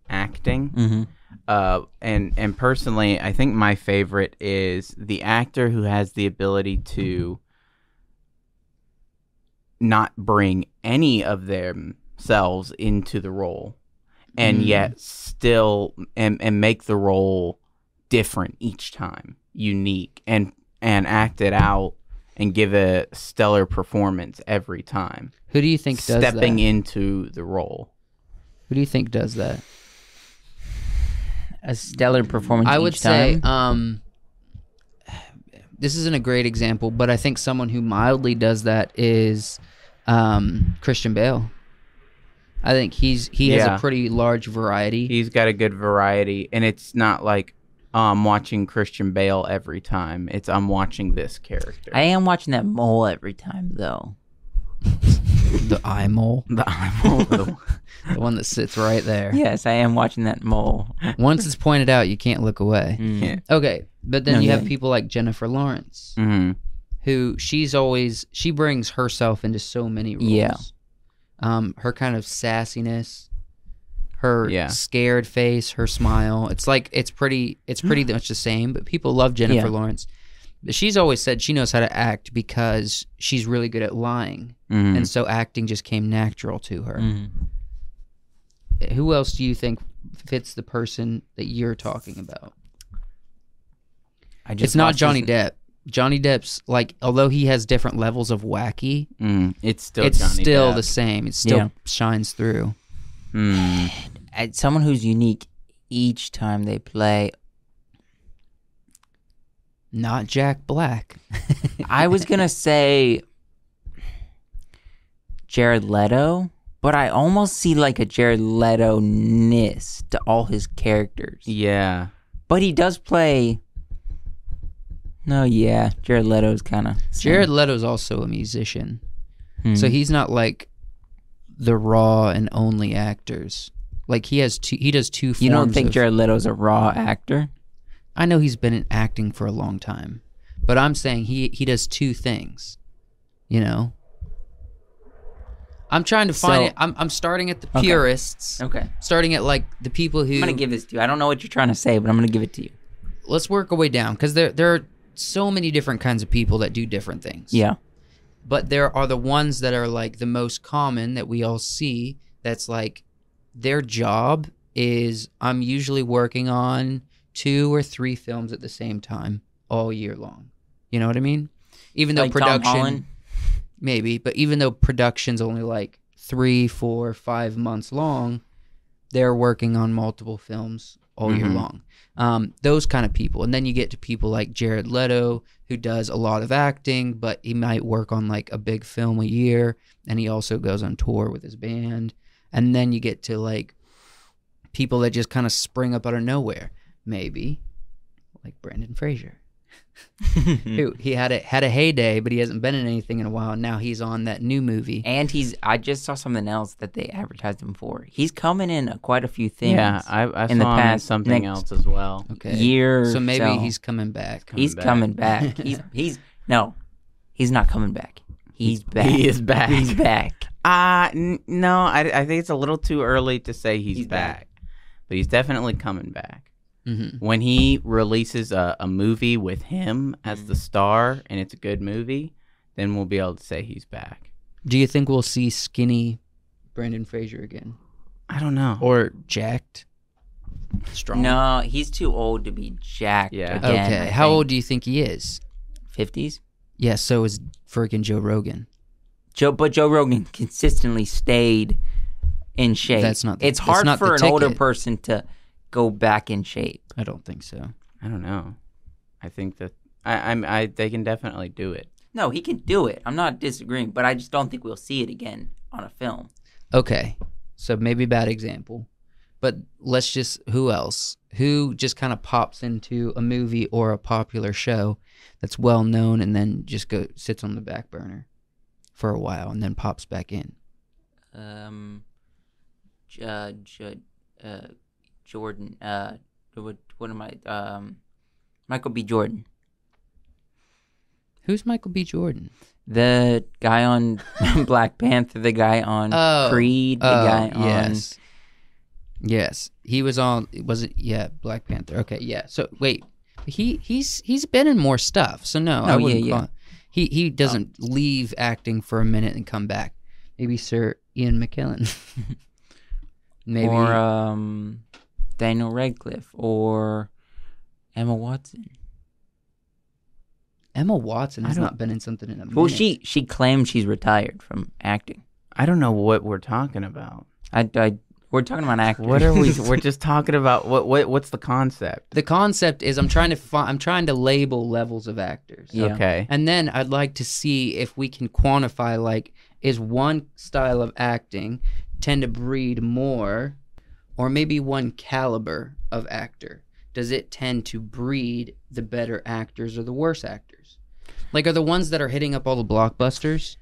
Speaker 2: acting.
Speaker 3: Mm-hmm.
Speaker 2: Uh, and and personally, I think my favorite is the actor who has the ability to not bring any of themselves into the role, and
Speaker 1: Mm.
Speaker 2: yet still and and make the role different each time, unique, and and act it out and give a stellar performance every time,
Speaker 1: Who do you think does
Speaker 2: stepping
Speaker 1: that?
Speaker 2: into the role.
Speaker 1: Who do you think does that?
Speaker 3: A stellar performance.
Speaker 1: I would
Speaker 3: each
Speaker 1: say
Speaker 3: time.
Speaker 1: um, this isn't a great example, but I think someone who mildly does that is um, Christian Bale. I think he's he
Speaker 2: Yeah.
Speaker 1: has a pretty large variety.
Speaker 2: He's got a good variety, and it's not like oh, I'm watching Christian Bale every time. It's I'm watching this character.
Speaker 3: I am watching that mole every time, though.
Speaker 1: the eye mole,
Speaker 2: The eyeball of the-
Speaker 1: the one that sits right there.
Speaker 3: Yes, I am watching that mole.
Speaker 1: Once it's pointed out, you can't look away.
Speaker 2: Yeah.
Speaker 1: Okay, but then
Speaker 3: No,
Speaker 1: you
Speaker 3: yeah.
Speaker 1: have people like Jennifer Lawrence,
Speaker 2: Mhm.
Speaker 1: who she's always she brings herself into so many roles.
Speaker 3: Yeah.
Speaker 1: Um, her kind of sassiness, her
Speaker 2: Yeah.
Speaker 1: scared face, her smile. It's like it's pretty it's pretty much the same, but people love Jennifer
Speaker 3: Yeah.
Speaker 1: Lawrence. But she's always said she knows how to act because she's really good at lying.
Speaker 3: Mm.
Speaker 2: Mhm.
Speaker 1: And so acting just came natural to her.
Speaker 3: Mhm. Mm.
Speaker 1: Who else do you think fits the person that you're talking about?
Speaker 3: I just
Speaker 1: It's not
Speaker 3: watched
Speaker 1: Johnny Depp.
Speaker 3: this-
Speaker 1: Johnny Depp's like although he has different levels of wacky,
Speaker 2: Mm. It's still
Speaker 1: it's
Speaker 2: Johnny
Speaker 1: still
Speaker 2: Depp.
Speaker 1: the same. It still
Speaker 3: Yeah.
Speaker 1: shines through.
Speaker 2: Mm.
Speaker 3: as someone who's unique each time they play.
Speaker 1: Not Jack Black.
Speaker 3: I was gonna say Jared Leto, but I almost see like a Jared Leto ness to all his characters.
Speaker 2: Yeah.
Speaker 3: But he does play. No, yeah, Jared Leto's kind of
Speaker 1: Jared Leto's also a musician.
Speaker 3: Hmm.
Speaker 1: So
Speaker 3: Mm-hmm.
Speaker 1: he's not like the raw and only actors. Like he has two, he does two. Forms
Speaker 3: you don't think
Speaker 1: of-
Speaker 3: Jared Leto's a raw actor?
Speaker 1: I know he's been in acting for a long time, but I'm saying he he does two things. You know. I'm trying to find
Speaker 3: So-
Speaker 1: it. I'm I'm starting at the
Speaker 3: Okay.
Speaker 1: purists.
Speaker 3: Okay,
Speaker 1: Starting at like the people who
Speaker 3: I'm gonna give this to you. I don't know what you're trying to say, but I'm gonna give it to you.
Speaker 1: let's work our way down because there there are so many different kinds of people that do different things.
Speaker 3: Yeah,
Speaker 1: but there are the ones that are like the most common that we all see that's like their job is I'm usually working on two or three films at the same time all year long. You know what I mean? Even though
Speaker 3: Like Tom Holland?
Speaker 1: production maybe, but even though production's only like three, four, five months long, they're working on multiple films all year
Speaker 2: Mhm.
Speaker 1: long. Um, those kind of people. And then you get to people like Jared Leto, who does a lot of acting, but he might work on like a big film a year. And he also goes on tour with his band. And then you get to like people that just kind of spring up out of nowhere, maybe. like Brandon Fraser. who he had a had a heyday, but he hasn't been in anything in a while. And now he's on that new movie.
Speaker 3: And he's I just saw something else that they advertised him for. He's coming in uh, quite a few things.
Speaker 2: Yeah, I, I
Speaker 3: in
Speaker 2: in
Speaker 3: the
Speaker 2: saw him in
Speaker 3: past-
Speaker 2: something
Speaker 3: next-
Speaker 2: else as well.
Speaker 1: Okay,
Speaker 3: year.
Speaker 1: So
Speaker 3: or
Speaker 1: maybe
Speaker 3: so.
Speaker 1: he's coming back.
Speaker 3: he's coming back. He's he's no, he's not coming back. He's back.
Speaker 2: He is back.
Speaker 3: He's back.
Speaker 2: Uh, n- no, I, I think it's a little too early to say he's,
Speaker 3: He's back.
Speaker 2: back. but he's definitely coming back.
Speaker 1: Mhm.
Speaker 2: When he releases a, a movie with him as the star and it's a good movie, then we'll be able to say he's back.
Speaker 1: Do you think we'll see skinny Brandon Fraser again,
Speaker 2: I don't know.
Speaker 1: or jacked, strong?
Speaker 3: No, he's too old to be jacked.
Speaker 2: Yeah.
Speaker 3: Again,
Speaker 1: okay. How old do you think he is?
Speaker 3: Fifties.
Speaker 1: Yeah. So is freaking Joe Rogan.
Speaker 3: Joe, but Joe Rogan consistently stayed in shape.
Speaker 1: That's not the-
Speaker 3: it's
Speaker 1: that's
Speaker 3: hard
Speaker 1: not
Speaker 3: for an
Speaker 1: the
Speaker 3: older
Speaker 1: ticket.
Speaker 3: person to go back in shape.
Speaker 1: I don't think so.
Speaker 2: I don't know. I think that I, I'm. I they can definitely do it.
Speaker 3: No, he can do it. I'm not disagreeing, but I just don't think we'll see it again on a film.
Speaker 1: Okay. So maybe bad example. But let's just who else? Who just kind of pops into a movie or a popular show that's well known and then just go sits on the back burner for a while and then pops back in.
Speaker 3: Um, J- uh, J- uh, Jordan. Uh, what, what am I? Um, Michael B. Jordan,
Speaker 1: Who's Michael B. Jordan?
Speaker 3: the guy on Black Panther, the guy on
Speaker 1: Oh,
Speaker 3: Creed, the guy on.
Speaker 1: yes. Yes. He was on was it yeah, Black Panther. Okay, yeah. So wait. He he's he's been in more stuff. So no, I
Speaker 3: Oh, yeah,
Speaker 1: wouldn't
Speaker 3: yeah. Oh.
Speaker 1: call- He he doesn't leave acting for a minute and come back. Maybe Sir Ian McKellen. Maybe
Speaker 3: or um, Daniel Radcliffe or Emma Watson.
Speaker 1: Emma Watson has
Speaker 2: don't-
Speaker 1: not been in something in a minute.
Speaker 3: Well, she she claims she's retired from acting.
Speaker 2: I don't know what we're talking about.
Speaker 3: I, I we're talking about actors.
Speaker 2: What are we? we're just talking about what? What? What's the concept?
Speaker 1: The concept is I'm trying to find I'm trying to label levels of actors.
Speaker 3: Yeah.
Speaker 2: Okay.
Speaker 1: And then I'd like to see if we can quantify like is one style of acting tend to breed more or maybe one caliber of actor does it tend to breed the better actors or the worse actors? Like are the ones that are hitting up all the blockbusters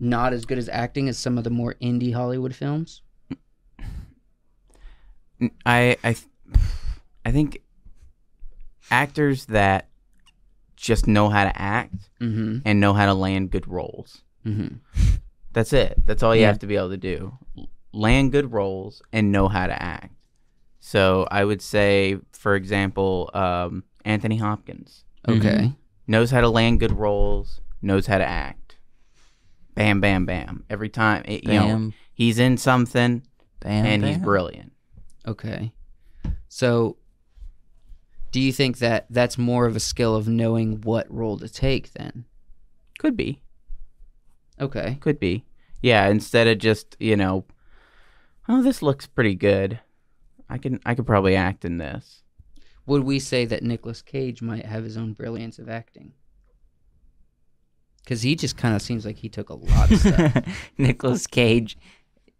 Speaker 1: not as good as acting as some of the more indie Hollywood films?
Speaker 2: N- I I th- I think actors that just know how to act
Speaker 1: Mhm.
Speaker 2: and know how to land good roles.
Speaker 1: Mhm.
Speaker 2: That's it. That's all you
Speaker 3: Yeah.
Speaker 2: have to be able to do. L- Land good roles and know how to act. So I would say, for example, um, Anthony Hopkins
Speaker 1: Okay.
Speaker 2: knows how to land good roles, knows how to act. Bam, bam, bam. Every time, it, you know,
Speaker 3: Bam,
Speaker 2: he's in something
Speaker 3: bam,
Speaker 2: and he's
Speaker 3: bam.
Speaker 2: brilliant.
Speaker 1: Okay. So do you think that that's more of a skill of knowing what role to take then?
Speaker 2: Could be.
Speaker 1: Okay.
Speaker 2: Could be. Yeah, instead of just, you know, oh, this looks pretty good. I can I could probably act in this.
Speaker 1: Would we say that Nicolas Cage might have his own brilliance of acting? Cuz he just kind of seems like he took a lot of stuff.
Speaker 3: Nicholas Cage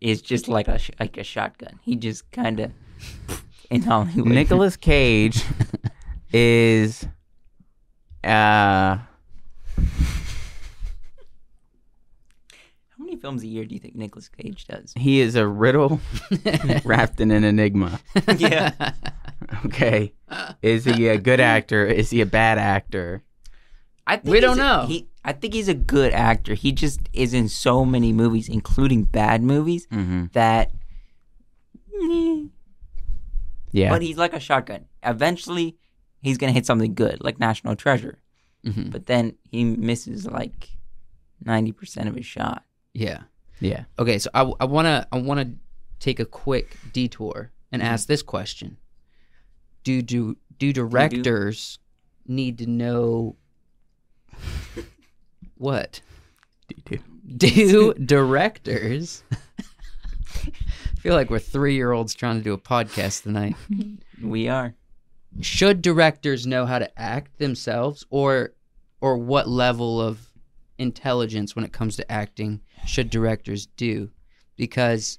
Speaker 3: is just like a sh- like a shotgun. He just kind of in Hollywood.
Speaker 2: Nicolas Cage is uh
Speaker 3: How many films a year do you think Nicholas Cage does?
Speaker 2: he is a riddle wrapped in an enigma.
Speaker 3: yeah,
Speaker 2: Okay. Is he a good actor? Is he a bad actor?
Speaker 3: I think
Speaker 1: We
Speaker 3: he's
Speaker 1: don't
Speaker 3: a-
Speaker 1: know.
Speaker 3: He, I think he's a good actor. He just is in so many movies, including bad movies,
Speaker 2: Mm-hmm.
Speaker 3: that.
Speaker 2: Yeah.
Speaker 3: But he's like a shotgun. Eventually, he's gonna hit something good, like National Treasure.
Speaker 1: Mhm.
Speaker 3: But then he misses like ninety percent of his shot.
Speaker 1: Yeah.
Speaker 2: yeah.
Speaker 1: Okay, so I want to I want to take a quick detour and ask this question. Do do do directors need to know what? do directors I feel like we're three year olds trying to do a podcast tonight
Speaker 3: We are.
Speaker 1: should directors know how to act themselves or or what level of intelligence when it comes to acting should directors do because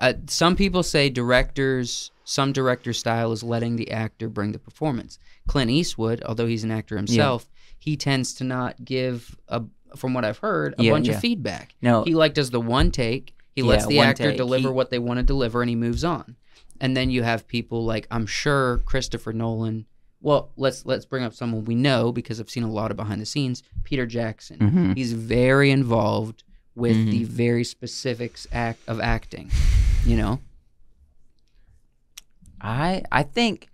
Speaker 1: uh, some people say directors, some director style is letting the actor bring the performance. Clint Eastwood, although he's an actor himself, he tends to not give a, from what I've heard, a
Speaker 3: Yeah,
Speaker 1: bunch
Speaker 3: yeah.
Speaker 1: of feedback.
Speaker 3: No.
Speaker 1: he like does the one take. He lets
Speaker 3: Yeah,
Speaker 1: the
Speaker 3: one
Speaker 1: actor
Speaker 3: take.
Speaker 1: deliver
Speaker 3: He-
Speaker 1: what they want to deliver, and he moves on. And then you have people like I'm sure Christopher Nolan. Well, let's let's bring up someone we know because I've seen a lot of behind the scenes. Peter Jackson.
Speaker 3: Mm-hmm.
Speaker 2: Mhm.
Speaker 1: He's very involved with the very specifics act of acting. You know.
Speaker 3: I I think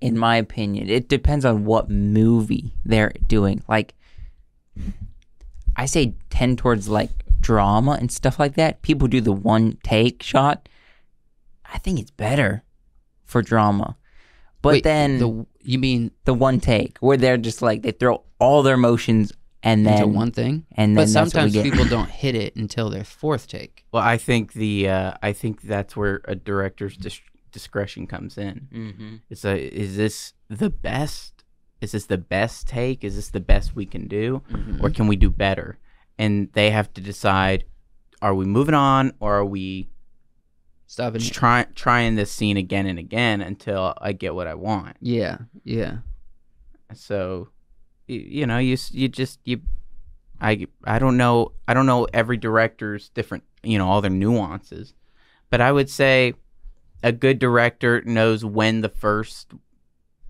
Speaker 3: in my opinion, it depends on what movie they're doing. Like I say tend towards like drama and stuff like that. People do the one take shot. I think it's better for drama. But
Speaker 1: Wait,
Speaker 3: then the,
Speaker 1: the, you mean
Speaker 3: one take where they're just like they throw all their emotions and
Speaker 1: into
Speaker 3: then
Speaker 1: one thing?
Speaker 3: and
Speaker 1: but
Speaker 3: then that's what we
Speaker 1: sometimes
Speaker 3: get.
Speaker 1: people don't hit it until their fourth take.
Speaker 2: Well, I think the uh, I think that's where a director's dis- discretion comes in.
Speaker 3: Mhm.
Speaker 2: It's a is this the best? Is this the best take? Is this the best we can do,
Speaker 1: Mm-hmm.
Speaker 3: Mm-hmm.
Speaker 2: or can we do better? And they have to decide: Are we moving on, or are we
Speaker 1: Stop it.
Speaker 2: just try, trying this scene again and again until I get what I want?
Speaker 1: Yeah, yeah.
Speaker 2: So, you, you know, you s- you just you, I I don't know I don't know every director's different you know all their nuances, but I would say a good director knows when the first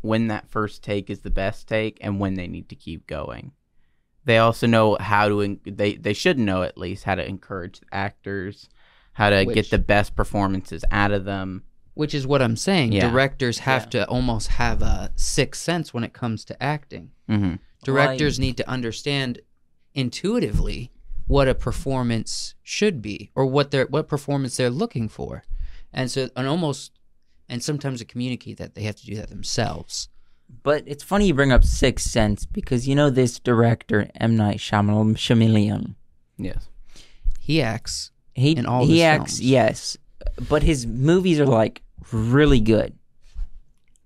Speaker 2: when that first take is the best take and when they need to keep going. They also know how to en- they they should know at least how to encourage actors, how to
Speaker 1: Which-
Speaker 2: get the best performances out of them.
Speaker 1: Which is what I'm saying.
Speaker 2: Yeah.
Speaker 1: Directors have to almost have a sixth sense when it comes to acting.
Speaker 2: Mm-hmm.
Speaker 1: Directors need to understand intuitively what a performance should be or what they're what performance they're looking for. And so and almost and sometimes to communicate that they have to do that themselves.
Speaker 3: But it's funny you bring up Sixth Sense because you know this director M Night Shyamalan, Shyamalan
Speaker 2: Yes.
Speaker 1: He acts
Speaker 3: He
Speaker 1: in all
Speaker 3: he
Speaker 1: his
Speaker 3: acts
Speaker 1: films.
Speaker 3: yes, but his movies are like really good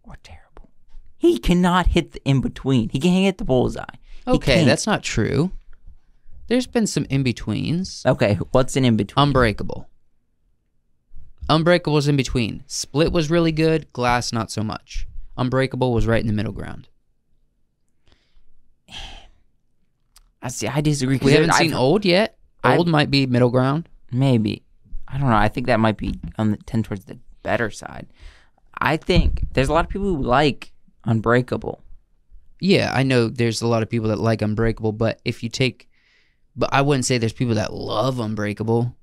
Speaker 3: or terrible. He cannot hit the in between. He can't hit the bullseye. He
Speaker 1: Okay,
Speaker 3: can't.
Speaker 1: that's not true. There's been some in betweens.
Speaker 3: okay. What's an in between?
Speaker 1: Unbreakable. Unbreakable was in between. Split was really good. Glass not so much. Unbreakable was right in the middle ground.
Speaker 3: I see. I disagree. 'cause
Speaker 1: We haven't
Speaker 3: I've-
Speaker 1: seen old yet.
Speaker 3: I've-
Speaker 1: Old might be middle ground.
Speaker 3: Maybe I don't know. I think that might be on the tend towards the better side. I think there's a lot of people who like Unbreakable.
Speaker 1: Yeah, I know there's a lot of people that like Unbreakable, but if you take, but I wouldn't say there's people that love Unbreakable.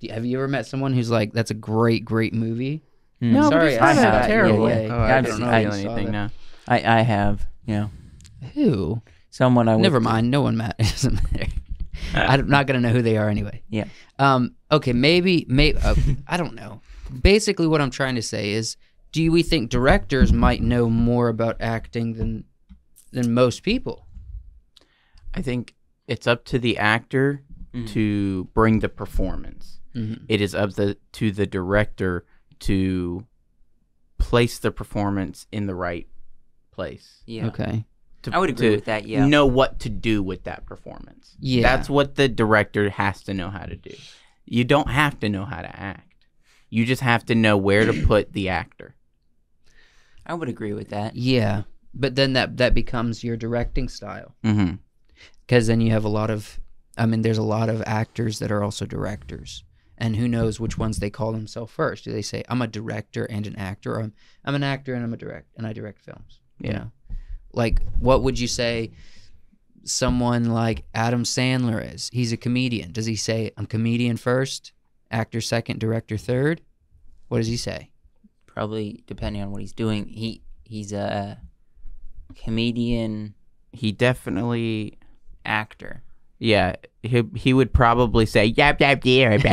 Speaker 1: Do- Have you ever met someone who's like, "That's a great, great movie"?
Speaker 3: Hmm.
Speaker 1: No, Sorry, I
Speaker 3: not
Speaker 1: said
Speaker 3: terrible.
Speaker 1: yeah, yeah.
Speaker 3: Oh, I
Speaker 1: I
Speaker 3: I've
Speaker 1: don't
Speaker 3: seen-
Speaker 1: know
Speaker 3: I-
Speaker 1: if you saw
Speaker 2: anything
Speaker 1: that.
Speaker 2: now.
Speaker 3: I I have you know
Speaker 1: Who?
Speaker 3: someone I would-
Speaker 1: Never mind. No one matters. doesn't matter. I'm not gonna know who they are anyway.
Speaker 3: Yeah.
Speaker 1: Um. Okay. Maybe. Maybe. Uh, I don't know. Basically, what I'm trying to say is, do we think directors might know more about acting than than most people?
Speaker 2: I think it's up to the actor
Speaker 3: Hmm.
Speaker 2: to bring the performance.
Speaker 1: Mhm.
Speaker 2: It is up the, to the director to place the performance in the right place.
Speaker 3: Yeah.
Speaker 1: Okay.
Speaker 2: To,
Speaker 3: I would agree
Speaker 2: to
Speaker 3: with that, yeah.
Speaker 2: know what to do with that performance.
Speaker 1: Yeah.
Speaker 2: that's what the director has to know how to do. You don't have to know how to act. You just have to know where to put the actor.
Speaker 3: I would agree with that.
Speaker 1: Yeah. But then that that becomes your directing style
Speaker 2: Mm-hmm.
Speaker 1: because then you have a lot of. I mean, there's a lot of actors that are also directors. And who knows which ones they call themselves first? Do they say I'm a director and an actor, or I'm, I'm an actor and I'm a direct and I direct films?
Speaker 2: Yeah.
Speaker 1: you know like what would you say someone like adam sandler is he's a comedian does he say i'm comedian first actor second director third what does he say
Speaker 3: Probably depending on what he's doing. He he's a comedian
Speaker 2: He definitely
Speaker 3: actor.
Speaker 2: Yeah, he he would probably say yap yap yeah.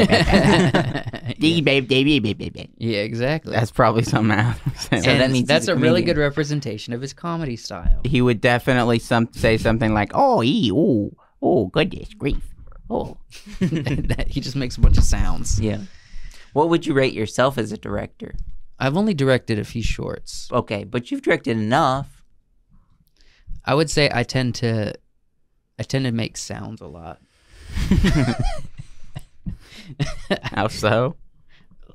Speaker 1: yeah. Yeah, exactly
Speaker 2: That's probably something Adam Sandler.
Speaker 3: So
Speaker 1: And
Speaker 3: that means he's
Speaker 1: that's
Speaker 3: a
Speaker 1: a, really
Speaker 3: comedian.
Speaker 1: good representation of his comedy style
Speaker 2: he would definitely some say something like oh ee, oh oh goodness grief oh
Speaker 1: That- he just makes a bunch of sounds
Speaker 3: Yeah. What would you rate yourself as a director?
Speaker 1: i've only directed a few shorts
Speaker 3: Okay, but you've directed enough.
Speaker 1: i would say i tend to i tend to make sounds a lot
Speaker 2: How so?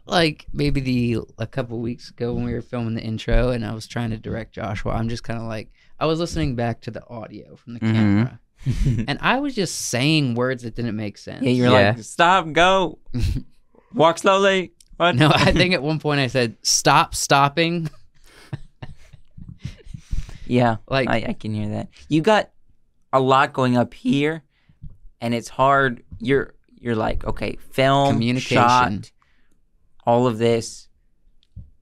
Speaker 1: like maybe the a couple weeks ago when we were filming the intro and I was trying to direct Joshua, I'm just kind of like I was listening back to the audio from the
Speaker 3: Mm-hmm.
Speaker 2: Mhm.
Speaker 1: camera, and I was just saying words that didn't make sense.
Speaker 3: Yeah, you're
Speaker 2: Yeah.
Speaker 3: like, stop, go, walk slowly. What?
Speaker 1: no, I think at one point I said stop stopping.
Speaker 3: Yeah,
Speaker 1: Like
Speaker 3: I, I can hear that. You got a lot going up here, and it's hard. You're you're like, okay, film,
Speaker 1: Communication.
Speaker 3: shot, all of this.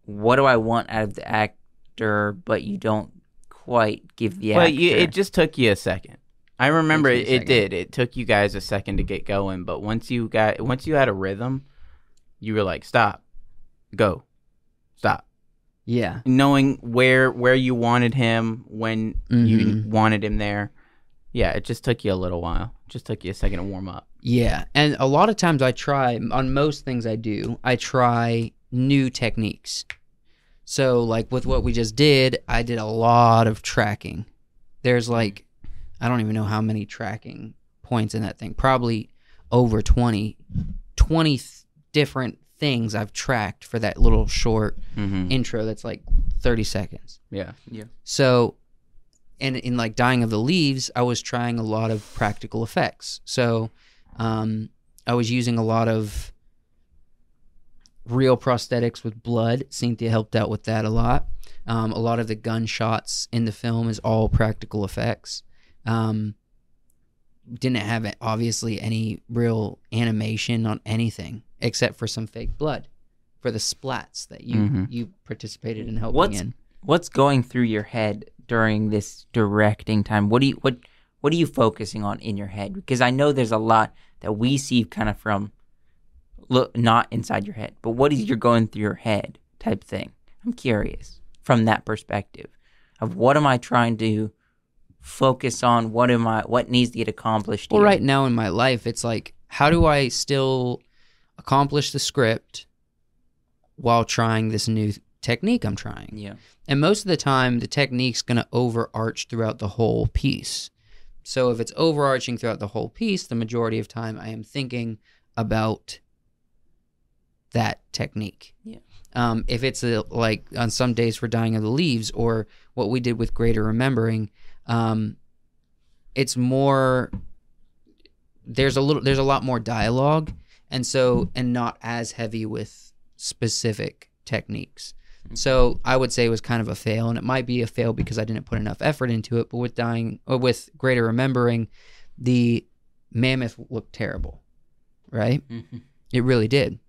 Speaker 3: What do I want out of the actor? But you don't quite give the
Speaker 2: well,
Speaker 3: actor.
Speaker 2: you, it just took you a second. I remember
Speaker 1: Took you
Speaker 2: it,
Speaker 1: a
Speaker 2: it did. It took you guys a second to get going, but once you got once you had a rhythm, you were like, "Stop, go, stop."
Speaker 1: yeah,
Speaker 2: Knowing where where you wanted him when you
Speaker 1: Mhm.
Speaker 2: wanted him there. Yeah, it just took you a little while. It just took you a second to warm up.
Speaker 1: yeah, and a lot of times I try on most things I do, I try new techniques. So like with what we just did, I did a lot of tracking. There's like I don't even know how many tracking points in that thing. Probably over 20 20 th- different things I've tracked for that little short
Speaker 2: Mm-hmm.
Speaker 1: intro that's like 30 seconds.
Speaker 2: Yeah.
Speaker 1: So, and in like Dying of the Leaves, I was trying a lot of practical effects. So, um, I was using a lot of real prosthetics with blood. Cynthia helped out with that a lot. Um, a lot of the gunshots in the film is all practical effects. Um, didn't have obviously any real animation on anything except for some fake blood for the splats that you
Speaker 2: Mhm.
Speaker 1: you participated in helping
Speaker 3: What's-
Speaker 1: in.
Speaker 3: What's going through your head during this directing time? What do you what what are you focusing on in your head? Because I know there's a lot that we see kind of from look not inside your head, but what is you're going through your head type thing. I'm curious from that perspective of what am I trying to focus on? What am I what needs to get accomplished?
Speaker 1: Well,
Speaker 3: here?
Speaker 1: right now in my life, it's like, how do I still accomplish the script while trying this new technique I'm trying?
Speaker 3: Yeah.
Speaker 1: And most of the time, the technique's going to overarch throughout the whole piece. So if it's overarching throughout the whole piece, the majority of time I am thinking about that technique.
Speaker 3: Yeah.
Speaker 1: Um, if it's a, like on some days for Dying of the Leaves or what we did with Greater Remembering, um, it's more there's a little there's a lot more dialogue and so and not as heavy with specific techniques so i would say it was kind of a fail and it might be a fail because i didn't put enough effort into it but with dying or with greater remembering the mammoth looked terrible right
Speaker 3: Mm-hmm.
Speaker 1: it really did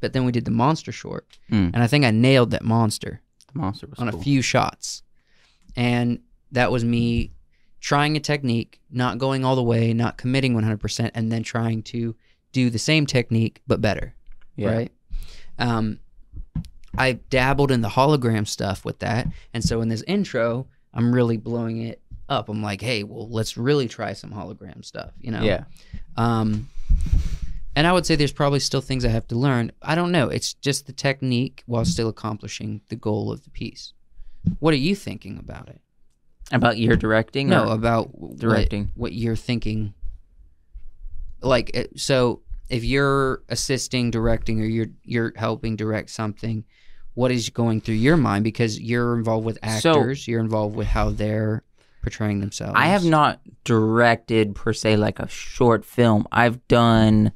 Speaker 1: but then we did the monster short
Speaker 2: Mm.
Speaker 1: and i think i nailed that monster
Speaker 2: The monster was
Speaker 1: on
Speaker 2: cool.
Speaker 1: a few shots. And that was me trying a technique, not going all the way, not committing 100%, and then trying to do the same technique but better.
Speaker 2: Yeah.
Speaker 1: Right. Um, I dabbled in the hologram stuff with that. And so in this intro, I'm really blowing it up. I'm like, hey, well, let's really try some hologram stuff, you know?
Speaker 2: Yeah.
Speaker 1: Um, and I would say there's probably still things I have to learn. I don't know. It's just the technique while still accomplishing the goal of the piece. What are you thinking about it?
Speaker 3: About your directing?
Speaker 1: No,
Speaker 3: or-
Speaker 1: about what-
Speaker 3: directing.
Speaker 1: What, you're thinking. Like uh, so, if you're assisting directing or you're you're helping direct something, what is going through your mind because you're involved with
Speaker 3: So-
Speaker 1: actors, you're involved with how they're portraying themselves.
Speaker 3: I have not directed per se like a short film. I've done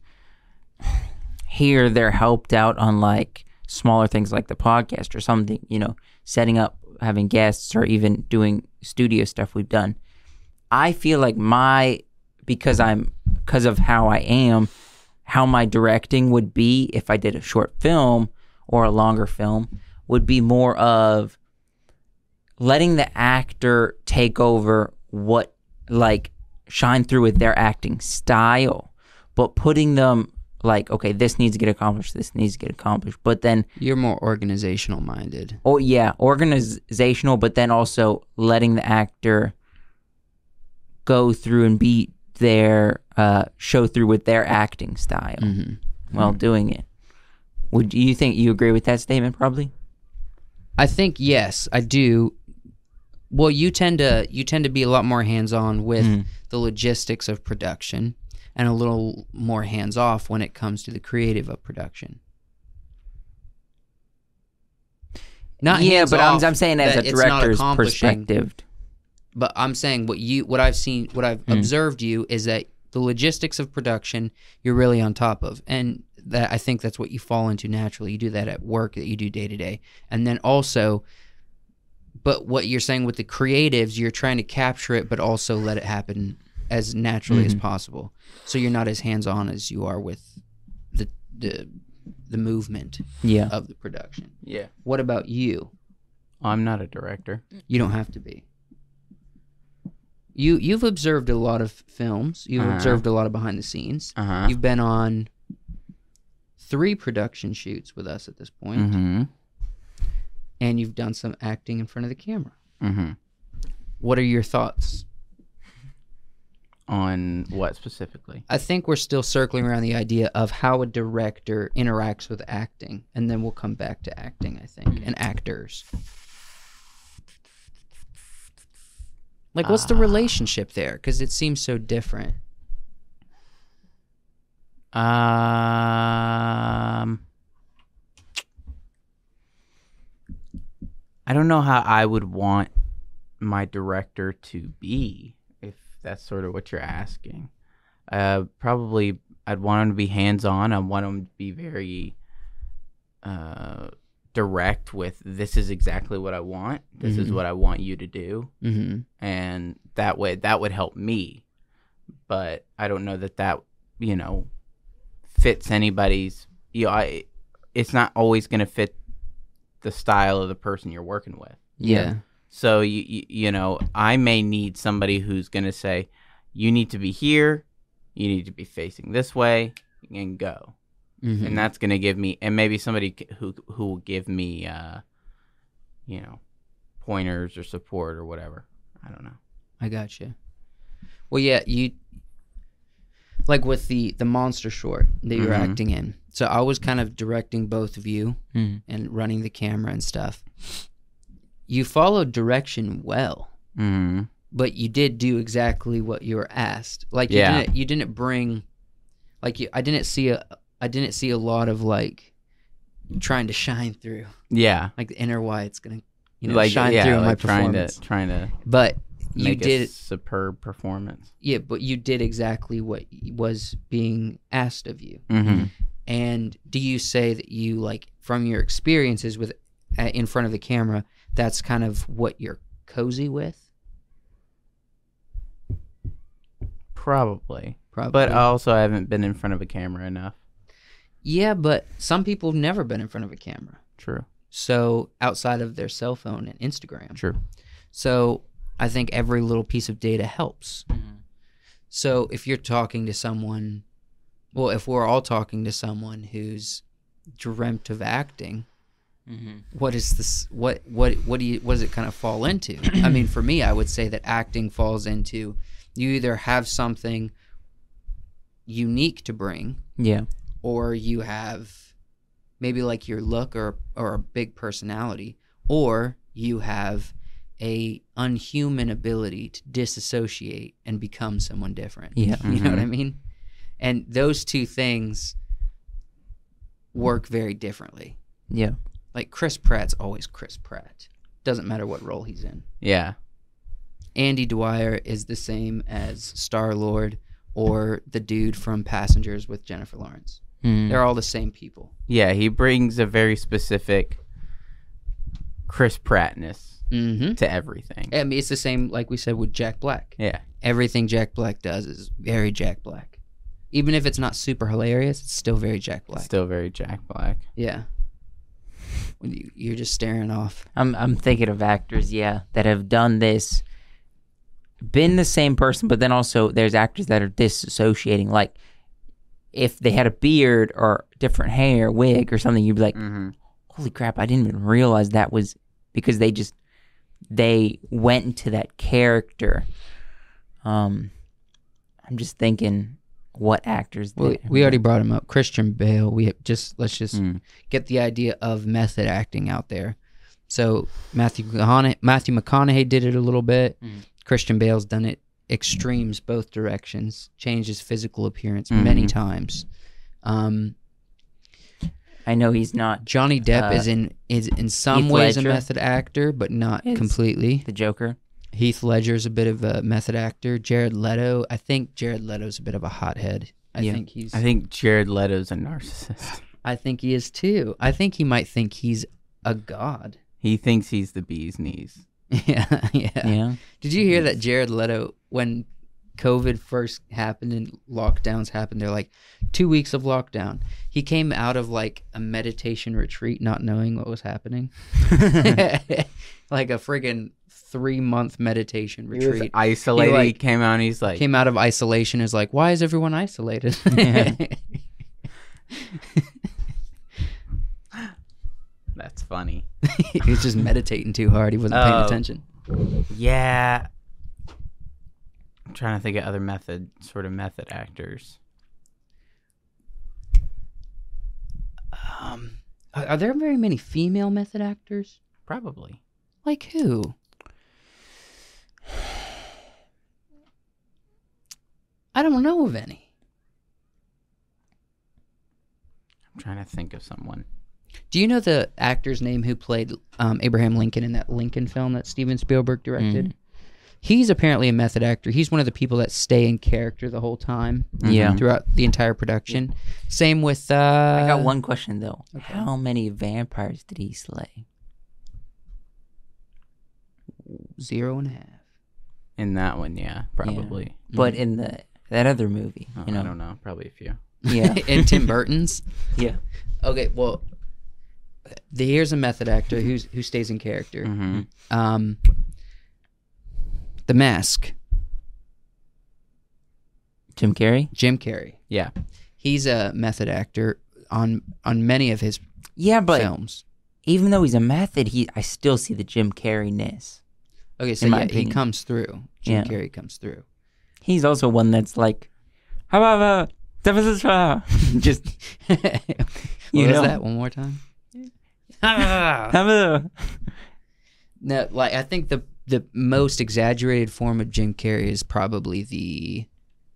Speaker 3: here they're helped out on like smaller things like the podcast or something, you know, setting up having guests or even doing studio stuff we've done. I feel like my because I'm because of how I am, how my directing would be if I did a short film or a longer film would be more of letting the actor take over what like shine through with their acting style but putting them like okay this needs to get accomplished this needs to get accomplished but then
Speaker 1: You're more organizational minded.
Speaker 3: oh yeah organizational but then also letting the actor go through and be their uh, show through with their acting style
Speaker 1: hmm
Speaker 3: while doing it would you think you agree with that statement probably
Speaker 1: I think yes, I do.
Speaker 3: Mm.
Speaker 1: Well, you tend to you tend to be a lot more hands on with the logistics of production, and a little more hands off when it comes to the creative of production. Not
Speaker 3: yeah, but I'm,
Speaker 1: hands-off
Speaker 3: I'm saying as
Speaker 1: that
Speaker 3: a
Speaker 1: it's not
Speaker 3: director's
Speaker 1: accomplishing,
Speaker 3: perspective.
Speaker 1: But I'm saying what you what I've seen what I've observed you is that the logistics of production you're really on top of. And that I think that's what you fall into naturally. You do that at work that you do day to day. And then also but what you're saying with the creatives, you're trying to capture it but also let it happen as naturally as possible. So you're not as hands on as you are with the the the movement
Speaker 3: Yeah.
Speaker 1: of the production.
Speaker 2: Yeah.
Speaker 1: What about you?
Speaker 2: I'm not a director.
Speaker 1: You don't have to be. You you've observed a lot of films. You've
Speaker 2: Uh-huh.
Speaker 1: observed a lot of behind the scenes.
Speaker 2: Uh huh.
Speaker 1: You've been on three production shoots with us at this point,
Speaker 2: Mm-hmm.
Speaker 1: and you've done some acting in front of the camera.
Speaker 2: Mm-hmm.
Speaker 1: What are your thoughts?
Speaker 2: On what specifically?
Speaker 1: I think we're still circling around the idea of how a director interacts with acting, and then we'll come back to acting, I think, and actors. Like, what's the
Speaker 2: Ah.
Speaker 1: relationship there? Because it seems so different.
Speaker 2: Um, I don't know how I would want my director to be, if that's sort of what you're asking. Uh, probably I'd want him to be hands on. I want him to be very uh, direct with this is exactly what I want. This is
Speaker 1: Mhm.
Speaker 2: what I want you to do
Speaker 1: Mm-hmm.
Speaker 2: and that way that would help me but i don't know that that you know fits anybody's you know I, it's not always going to fit the style of the person you're working with
Speaker 1: Yeah.
Speaker 2: so you, you you know i may need somebody who's going to say you need to be here you need to be facing this way and go
Speaker 1: Mhm.
Speaker 2: and that's going to give me and maybe somebody c- who who will give me uh you know pointers or support or whatever i don't know
Speaker 1: I gotcha. Well, yeah, you like with the the monster short that you were
Speaker 2: Mhm.
Speaker 1: acting in. So I was kind of directing both of you
Speaker 3: Mhm.
Speaker 1: and running the camera and stuff. You followed direction well,
Speaker 2: Mm.
Speaker 1: but you did do exactly what you were asked. Like you
Speaker 2: Yeah.
Speaker 1: didn't you didn't bring like you I didn't see a I didn't see a lot of like trying to shine through
Speaker 2: Yeah.
Speaker 1: like the inner why it's gonna you know
Speaker 2: like
Speaker 1: shine
Speaker 2: yeah,
Speaker 1: through in
Speaker 2: like
Speaker 1: my
Speaker 2: trying
Speaker 1: performance.
Speaker 2: to trying to
Speaker 1: But you
Speaker 2: make
Speaker 1: did
Speaker 2: a superb performance.
Speaker 1: Yeah, but you did exactly what was being asked of you.
Speaker 2: Mm-hmm.
Speaker 1: And do you say that you like from your experiences with uh, in front of the camera, that's kind of what you're cozy with?
Speaker 2: Probably.
Speaker 1: Probably.
Speaker 2: But uh, also I haven't been in front of a camera enough.
Speaker 1: yeah, but some people have never been in front of a camera.
Speaker 2: True.
Speaker 1: So outside of their cell phone and Instagram.
Speaker 2: True.
Speaker 1: So I think every little piece of data helps.
Speaker 2: Mm-hmm.
Speaker 1: So if you're talking to someone, well, if we're all talking to someone who's dreamt of acting, what is this? What what what do you what does it kind of fall into? I mean, for me, I would say that acting falls into you either have something unique to bring,
Speaker 3: Yeah.
Speaker 1: or you have maybe like your look or or a big personality or you have a unhuman ability to disassociate and become someone different
Speaker 3: Yeah.
Speaker 1: you know what i mean and those two things work very differently
Speaker 3: Yeah.
Speaker 1: like chris pratt's always chris pratt doesn't matter what role he's in
Speaker 2: Yeah.
Speaker 1: andy dwyer is the same as star lord or the dude from passengers with jennifer lawrence
Speaker 3: Mm.
Speaker 1: they're all the same people
Speaker 2: Yeah, he brings a very specific Chris Prattness
Speaker 1: Mm-hmm.
Speaker 2: to everything.
Speaker 1: I mean, it's the same, like we said, with Jack Black.
Speaker 2: Yeah.
Speaker 1: Everything Jack Black does is very Jack Black. Even if it's not super hilarious, it's still very Jack Black.
Speaker 2: Still very Jack Black.
Speaker 1: yeah. When you, you're just staring off.
Speaker 3: I'm I'm thinking of actors, yeah, that have done this, been the same person, but then also there's actors that are disassociating. Like if they had a beard or different hair, wig or something, you'd be like,
Speaker 2: Mm-hmm.
Speaker 3: "Holy crap! I didn't even realize that was because they just they went into that character." Um, I'm just thinking what actors.
Speaker 1: Well,
Speaker 3: that-
Speaker 1: we already brought him up. Christian Bale. We just let's just
Speaker 2: Mm.
Speaker 1: get the idea of method acting out there. So Matthew McConaughey, Matthew McConaughey did it a little bit.
Speaker 3: Mm.
Speaker 1: Christian Bale's done it extremes both directions, changed his physical appearance many
Speaker 3: Mhm.
Speaker 1: times. Um,
Speaker 3: I know he's not
Speaker 1: Johnny Depp
Speaker 3: Uh,
Speaker 1: is in is in some
Speaker 3: Heath
Speaker 1: ways
Speaker 3: Ledger.
Speaker 1: a method actor, but not
Speaker 3: Is.
Speaker 1: completely.
Speaker 3: the Joker.
Speaker 1: Heath Ledger's a bit of a method actor. Jared Leto, I think Jared Leto's a bit of a hothead. I
Speaker 2: Yeah.
Speaker 1: think he's
Speaker 2: I think Jared Leto's a narcissist.
Speaker 1: I think he is too. I think he might think he's a god.
Speaker 2: He thinks he's the bee's knees.
Speaker 1: yeah, yeah.
Speaker 3: Yeah.
Speaker 1: Did you hear that Jared Leto when COVID first happened and lockdowns happened? They're like two weeks of lockdown. He came out of like a meditation retreat, not knowing what was happening, like a friggin' three month meditation
Speaker 2: He was
Speaker 1: retreat.
Speaker 2: isolated. He,
Speaker 1: like-
Speaker 2: came out and he's like,
Speaker 1: Came out of isolation is like, why is everyone isolated?
Speaker 2: Yeah. that's funny.
Speaker 1: he was just meditating too hard. He wasn't paying
Speaker 2: Oh.
Speaker 1: attention.
Speaker 2: Yeah. I'm trying to think of other method, sort of method actors.
Speaker 1: Um, are, are there very many female method actors?
Speaker 2: Probably.
Speaker 1: Like who? I don't know of any.
Speaker 2: I'm trying to think of someone.
Speaker 1: Do you know the actor's name who played um, Abraham Lincoln in that Lincoln film that Steven Spielberg directed?
Speaker 3: Mm.
Speaker 1: He's apparently a method actor. He's one of the people that stay in character the whole time.
Speaker 3: Yeah.
Speaker 1: Throughout the entire production. Same with. Uh,
Speaker 3: I got one question though. How many vampires did he slay?
Speaker 1: Zero and a half.
Speaker 2: In that one, yeah, probably.
Speaker 3: But in the that other movie,
Speaker 2: Oh,
Speaker 3: you know,
Speaker 2: I don't know. Probably a few.
Speaker 3: yeah,
Speaker 1: in Tim Burton's.
Speaker 3: yeah,
Speaker 1: Okay, well, the, here's a method actor who's who stays in character.
Speaker 2: Mm-hmm.
Speaker 1: Um, the Mask,
Speaker 3: Jim Carrey.
Speaker 1: Jim Carrey.
Speaker 2: Yeah.
Speaker 1: He's a method actor on on many of his
Speaker 3: Yeah, but
Speaker 1: films.
Speaker 3: even though he's a method, he I still see the Jim Carrey ness.
Speaker 1: Okay, so
Speaker 3: in my
Speaker 1: yeah, he
Speaker 3: opinion.
Speaker 1: comes through. Jim
Speaker 3: Yeah.
Speaker 1: Carrey comes through.
Speaker 3: He's also one that's like, however, deficits are-" just
Speaker 1: what
Speaker 3: You
Speaker 1: was
Speaker 3: know.
Speaker 1: that one more time?
Speaker 3: however.
Speaker 1: No, like I think the the most exaggerated form of Jim Carrey is probably the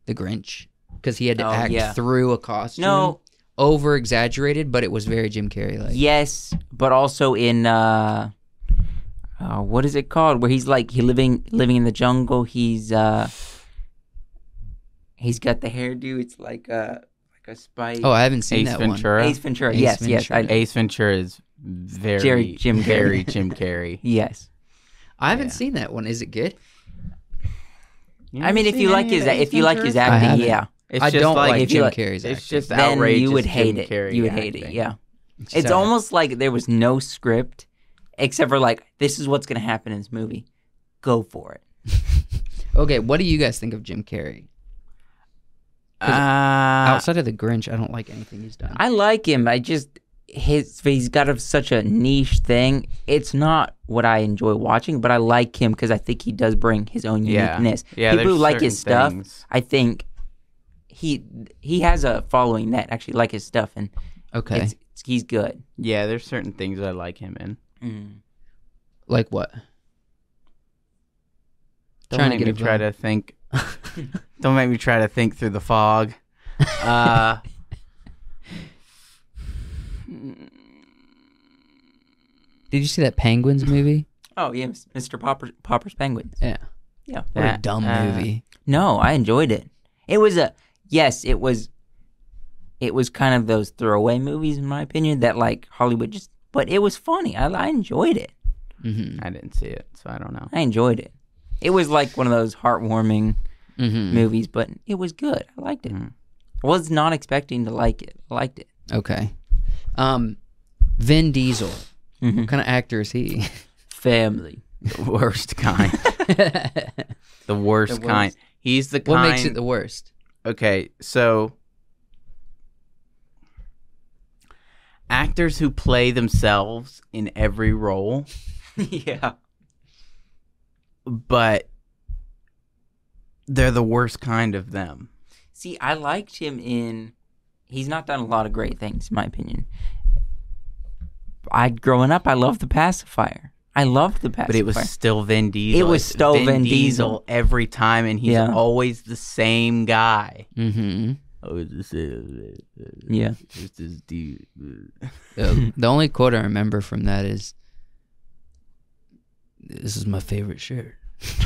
Speaker 1: the Grinch because he had to
Speaker 3: Oh,
Speaker 1: act
Speaker 3: yeah.
Speaker 1: through a costume.
Speaker 3: No,
Speaker 1: over exaggerated, but it was very Jim Carrey like.
Speaker 3: yes, but also in uh, uh, what is it called? Where he's like he living living in the jungle. He's uh, he's got the hairdo. It's like a like a spike.
Speaker 1: Oh, I haven't seen
Speaker 2: Ace
Speaker 1: that
Speaker 2: Ventura.
Speaker 3: Ace Ventura.
Speaker 1: Ace
Speaker 3: yes, yes,
Speaker 1: Ventura.
Speaker 3: I,
Speaker 2: Ace Ventura is very
Speaker 3: Jerry- Jim Carrey.
Speaker 2: very Jim Carrey.
Speaker 3: yes.
Speaker 1: one. I haven't
Speaker 2: Yeah.
Speaker 1: seen that one. Is it good?
Speaker 3: I mean, if you like his if you like his acting,
Speaker 1: haven't.
Speaker 3: yeah,
Speaker 2: it's
Speaker 1: I
Speaker 2: just
Speaker 1: don't like,
Speaker 2: like
Speaker 3: if
Speaker 1: Jim
Speaker 3: you like-
Speaker 1: Carrey's
Speaker 2: It's
Speaker 1: acting.
Speaker 2: just
Speaker 3: then
Speaker 2: outrageous.
Speaker 3: you would hate
Speaker 2: Jim
Speaker 3: it.
Speaker 2: Carrey
Speaker 3: you would hate
Speaker 2: acting.
Speaker 3: it. Yeah,
Speaker 1: It's,
Speaker 3: it's
Speaker 1: uh,
Speaker 3: almost like there was no script, except for like this is what's gonna happen in this movie. Go for it.
Speaker 1: okay. What do you guys think of Jim Carrey?
Speaker 2: Uh,
Speaker 1: Outside of the Grinch, I don't like anything he's done.
Speaker 3: I like him. I just his he's got a, such a niche thing. It's not what I enjoy watching, but I like him because I think he does bring his own
Speaker 2: Yeah.
Speaker 3: uniqueness.
Speaker 2: Yeah,
Speaker 3: people who
Speaker 2: there's
Speaker 3: like his
Speaker 2: certain
Speaker 3: stuff,
Speaker 2: things.
Speaker 3: I think he he has a following that actually like his stuff, and
Speaker 1: okay,
Speaker 3: it's, it's, he's good.
Speaker 2: yeah, there's certain things I like him in.
Speaker 1: like what?
Speaker 2: Don't
Speaker 1: Trying to
Speaker 2: make
Speaker 1: get
Speaker 2: me
Speaker 1: a
Speaker 2: try to think. don't make me try to think through the fog. Uh,
Speaker 1: Did you see that Penguins movie?
Speaker 3: Oh yeah, Mr. Popper, Popper's Penguins.
Speaker 1: Yeah.
Speaker 3: Yeah.
Speaker 1: What
Speaker 2: Yeah,
Speaker 1: a dumb
Speaker 2: uh,
Speaker 1: movie.
Speaker 3: No, I enjoyed it. It was a yes, it was it was kind of those throwaway movies in my opinion that like Hollywood just but it was funny. I, I enjoyed it.
Speaker 1: Mm-hmm.
Speaker 2: I didn't see it, so I don't know.
Speaker 3: I enjoyed it. It was like one of those heartwarming
Speaker 1: Mm-hmm.
Speaker 3: movies, but it was good. I liked it.
Speaker 2: Mhm.
Speaker 3: I was not expecting to like it. I liked it.
Speaker 1: Okay. Um, Vin Diesel.
Speaker 3: Mhm.
Speaker 5: Mm-hmm.
Speaker 1: What kind of actor is he?
Speaker 3: Family.
Speaker 2: The worst kind. the worst
Speaker 3: worst.
Speaker 2: kind. He's the
Speaker 1: what
Speaker 2: kind.
Speaker 1: makes it the worst?
Speaker 2: okay, so actors who play themselves in every role,
Speaker 3: yeah.
Speaker 2: but they're the worst kind of them.
Speaker 3: See, I liked him in. He's not done a lot of great things, in my opinion. I growing up, I loved the pacifier. I loved the Pacifier.
Speaker 2: But it was still Vin Diesel.
Speaker 3: It was
Speaker 2: It's
Speaker 3: still Vin Diesel.
Speaker 2: every time, and he's
Speaker 3: Yeah.
Speaker 2: always the same guy.
Speaker 1: Mm-hmm.
Speaker 2: Oh, this is
Speaker 3: yeah.
Speaker 2: this is dude.
Speaker 1: the, the only quote I remember from that is, "This is my favorite shirt.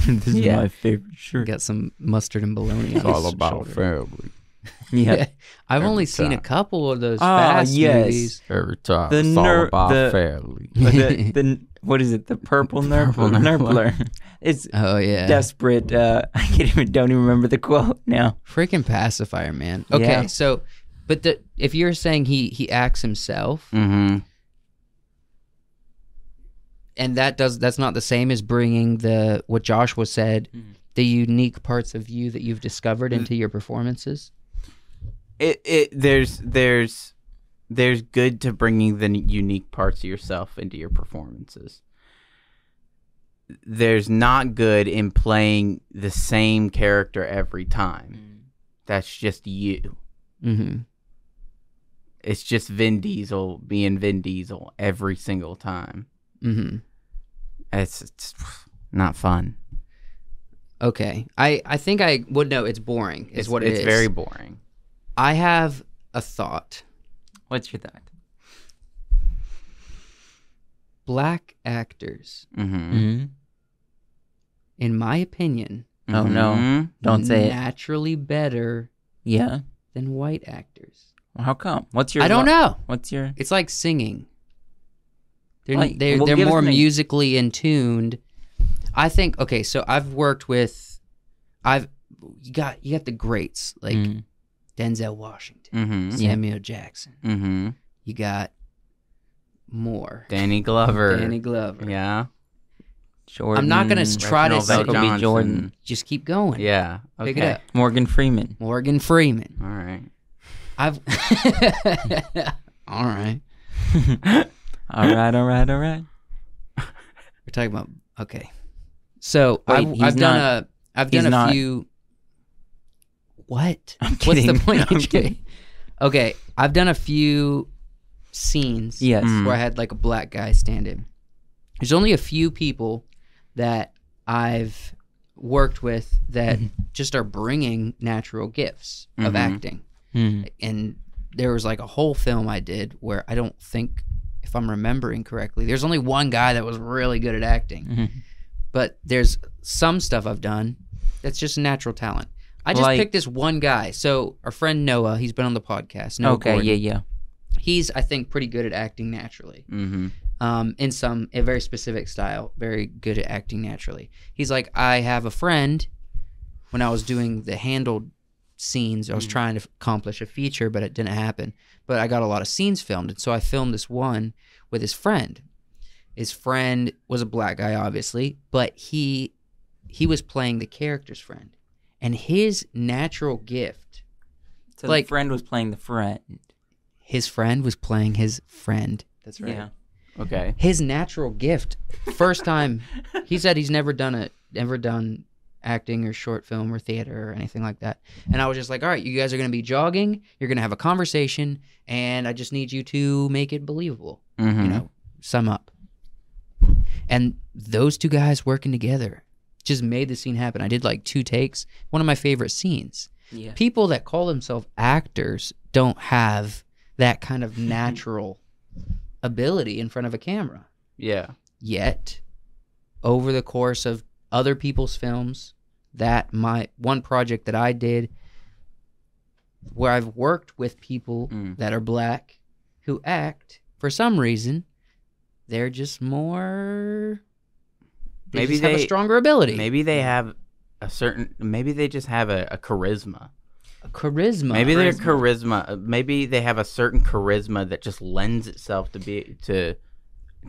Speaker 3: this is
Speaker 2: Yeah.
Speaker 3: my favorite shirt.
Speaker 1: Got some mustard and bologna.
Speaker 5: It's
Speaker 1: on
Speaker 5: all
Speaker 1: his
Speaker 5: about
Speaker 1: shoulder.
Speaker 5: family.
Speaker 3: Yeah.
Speaker 1: Yeah. I've
Speaker 5: Every
Speaker 1: only seen a
Speaker 5: time.
Speaker 1: couple of those
Speaker 3: Ah,
Speaker 1: fast
Speaker 3: yes.
Speaker 1: movies.
Speaker 5: Every time.
Speaker 3: The
Speaker 5: it's
Speaker 3: ner-
Speaker 5: all about
Speaker 3: the-
Speaker 5: family.
Speaker 3: But the, the what is it? The purple Uh,
Speaker 5: Purple
Speaker 3: nurpler.
Speaker 5: Nurpler.
Speaker 3: nurpler. It's
Speaker 1: Oh yeah.
Speaker 3: desperate. Uh, I can't even. Don't even remember the quote now.
Speaker 1: Freaking pacifier, man. Okay,
Speaker 3: Yeah.
Speaker 1: so but the if you're saying he he acts himself
Speaker 2: Mm-hmm.
Speaker 1: and that does that's not the same as bringing the what Joshua said,
Speaker 2: Mm-hmm.
Speaker 1: the unique parts of you that you've discovered into your performances.
Speaker 2: It it there's there's there's good to bringing the unique parts of yourself into your performances. There's not good in playing the same character every
Speaker 3: Mm.
Speaker 2: time. That's just you.
Speaker 1: Mm-hmm.
Speaker 2: It's just Vin Diesel being Vin Diesel every single time.
Speaker 1: Mm-hmm.
Speaker 2: It's, it's not fun.
Speaker 1: Okay. I I think I would know it's boring is
Speaker 2: it's
Speaker 1: what it
Speaker 2: it's
Speaker 1: is.
Speaker 2: very boring.
Speaker 1: I have a thought.
Speaker 3: What's your thought?
Speaker 1: Black actors,
Speaker 2: Mm-hmm.
Speaker 3: hmm
Speaker 1: in my opinion,
Speaker 3: Oh, no.
Speaker 2: Mhm.
Speaker 1: Mm-hmm.
Speaker 3: Don't say it.
Speaker 1: naturally better
Speaker 3: Yeah.
Speaker 1: than white actors.
Speaker 3: Well, how come? What's your?
Speaker 1: I don't
Speaker 3: lo-
Speaker 1: know.
Speaker 3: What's your?
Speaker 1: It's like singing. They're
Speaker 3: Like,
Speaker 1: they're,
Speaker 3: well,
Speaker 1: they're
Speaker 3: give us
Speaker 1: more
Speaker 3: an ex-
Speaker 1: musically in tuned. I think okay, so I've worked with I've you got you got the greats like
Speaker 3: Mm. Mm-hmm.
Speaker 1: Denzel Washington,
Speaker 2: Mhm.
Speaker 1: Samuel Jackson.
Speaker 2: Mhm.
Speaker 1: You got Moore,
Speaker 2: Danny Glover.
Speaker 1: Danny Glover.
Speaker 2: Yeah.
Speaker 3: Jordan.
Speaker 1: not gonna s- Try to
Speaker 2: Reginald
Speaker 1: say-
Speaker 3: Michael B.
Speaker 2: Johnson.
Speaker 3: Jordan.
Speaker 1: Just keep going.
Speaker 2: Yeah. Okay.
Speaker 1: Pick it up.
Speaker 3: Morgan Freeman.
Speaker 1: Morgan Freeman.
Speaker 2: All right.
Speaker 1: I've All right.
Speaker 3: All right. All right. All right.
Speaker 1: We're talking about okay. So
Speaker 3: Wait,
Speaker 1: I've,
Speaker 3: he's
Speaker 1: I've done
Speaker 3: not-
Speaker 1: a I've
Speaker 3: he's
Speaker 1: done a
Speaker 3: not-
Speaker 1: few. What?
Speaker 3: I'm
Speaker 1: What's
Speaker 3: kidding.
Speaker 1: the point?
Speaker 3: I'm
Speaker 1: Okay.
Speaker 3: kidding.
Speaker 1: Okay, I've done a few scenes.
Speaker 3: Yes.
Speaker 2: Mm.
Speaker 1: Where I had like a black guy stand in. There's only a few people that I've worked with that
Speaker 3: Mm-hmm.
Speaker 1: just are bringing natural gifts of
Speaker 2: Mhm.
Speaker 1: acting.
Speaker 3: Mm.
Speaker 1: And there was like a whole film I did where I don't think, if I'm remembering correctly, there's only one guy that was really good at acting
Speaker 3: Mhm.
Speaker 1: but there's some stuff I've done that's just natural talent. I just
Speaker 3: Like-
Speaker 1: picked this one guy. So our friend Noah, he's been on the podcast. Noah
Speaker 3: okay.
Speaker 1: Gordon.
Speaker 3: Yeah. Yeah.
Speaker 1: He's I think pretty good at acting naturally.
Speaker 2: Mm-hmm.
Speaker 1: Um, in some a very specific style, very good at acting naturally. He's like, I have a friend. When I was doing the handled scenes, I was trying to f- accomplish a feature, but it didn't happen. But I got a lot of scenes filmed, and so I filmed this one with his friend. His friend was a black guy, obviously, but he he was playing the character's friend, and his natural gift,
Speaker 3: So
Speaker 1: Like-
Speaker 3: the friend was playing the friend.
Speaker 1: his friend was playing his friend. That's
Speaker 3: Yeah.
Speaker 2: Okay.
Speaker 1: his natural gift. First time he said he's never done it, never done acting or short film or theater or anything like that. And I was just like, all right, you guys are going to be jogging, you're going to have a conversation, and I just need you to make it believable,
Speaker 2: Mm-hmm.
Speaker 1: you know, sum up. And those two guys working together just made the scene happen. I did like two takes, one of my favorite scenes.
Speaker 3: Yeah.
Speaker 1: People that call themselves actors don't have that kind of natural ability in front of a camera
Speaker 2: Yeah.
Speaker 1: yet over the course of other people's films that my one project that I did where I've worked with people
Speaker 2: Mm.
Speaker 1: that are black who act for some reason they're just more they
Speaker 2: Maybe
Speaker 1: just have a
Speaker 2: they-
Speaker 1: stronger ability
Speaker 2: Maybe they have a certain. Maybe they just have a, a charisma.
Speaker 1: a charisma
Speaker 2: Maybe their charisma. uh, Maybe they have a certain charisma that just lends itself to be to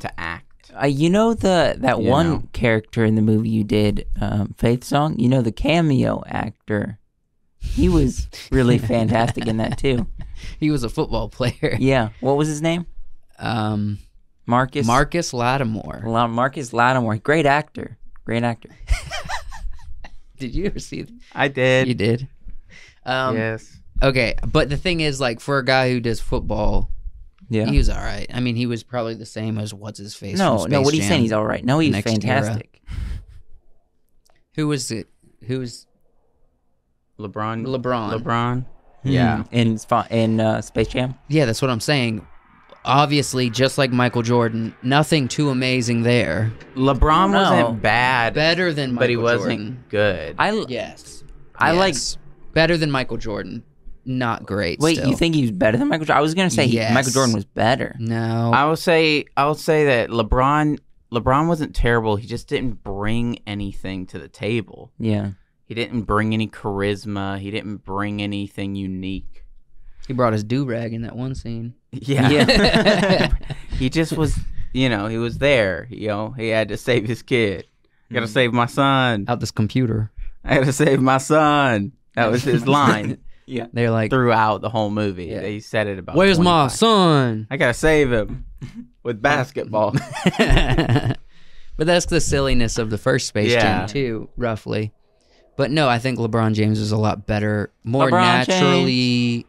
Speaker 2: to act.
Speaker 3: Uh, you know the that
Speaker 2: You
Speaker 3: one
Speaker 2: know.
Speaker 3: character in the movie you did, um, Faith Song. You know the cameo actor. He was really fantastic in that too.
Speaker 1: he was a football player
Speaker 3: Yeah. What was his name?
Speaker 1: um
Speaker 3: Marcus.
Speaker 1: Marcus Lattimore
Speaker 3: La- Marcus Lattimore. Great actor. Great actor.
Speaker 1: did you ever see
Speaker 2: I did.
Speaker 1: you did um
Speaker 2: yes.
Speaker 1: Okay, but the thing is, like, for a guy who does football,
Speaker 3: Yeah.
Speaker 1: He was all right. I mean, he was probably the same as what's his face.
Speaker 3: No,
Speaker 1: from
Speaker 3: no.
Speaker 1: Space
Speaker 3: What he's
Speaker 1: Jam.
Speaker 3: saying, he's all right. No, he's
Speaker 1: Next era.
Speaker 3: fantastic.
Speaker 1: Who was it? Who was
Speaker 2: LeBron.
Speaker 1: LeBron?
Speaker 2: LeBron.
Speaker 1: Hmm.
Speaker 5: Yeah.
Speaker 3: Hmm. In Spa- in uh, Space Jam.
Speaker 1: Yeah, that's what I'm saying. Obviously, just like Michael Jordan, nothing too amazing there.
Speaker 2: LeBron
Speaker 3: No.
Speaker 2: wasn't bad,
Speaker 1: Better than Michael
Speaker 2: but he wasn't
Speaker 1: Jordan.
Speaker 2: good.
Speaker 3: I
Speaker 1: Yes.
Speaker 3: I like.
Speaker 1: Yes. better than Michael Jordan. Not great.
Speaker 3: Wait,
Speaker 1: still.
Speaker 3: you think he's better than Michael Jordan? I was gonna say he-
Speaker 1: Yes. Mm.
Speaker 3: Michael Jordan was better.
Speaker 1: No.
Speaker 2: I will say I will say that LeBron LeBron wasn't terrible. He just didn't bring anything to the table.
Speaker 3: Yeah.
Speaker 2: He didn't bring any charisma. He didn't bring anything unique.
Speaker 1: he brought his do rag in that one scene.
Speaker 2: Yeah.
Speaker 1: Yeah.
Speaker 2: he just was, you know, he was there, you know. He had to save his kid. I got to save my son.
Speaker 1: Out this computer.
Speaker 2: I got to save my son. That was his line
Speaker 1: They're like,
Speaker 2: throughout the whole movie.
Speaker 1: Yeah.
Speaker 2: He said it about
Speaker 1: Where's my
Speaker 2: 25.
Speaker 1: son?
Speaker 2: I got to save him with basketball.
Speaker 1: but that's the silliness of the first Space
Speaker 2: Yeah.
Speaker 1: Jam too, roughly. But no, I think LeBron James is a lot better, more
Speaker 3: LeBron James.
Speaker 1: naturally,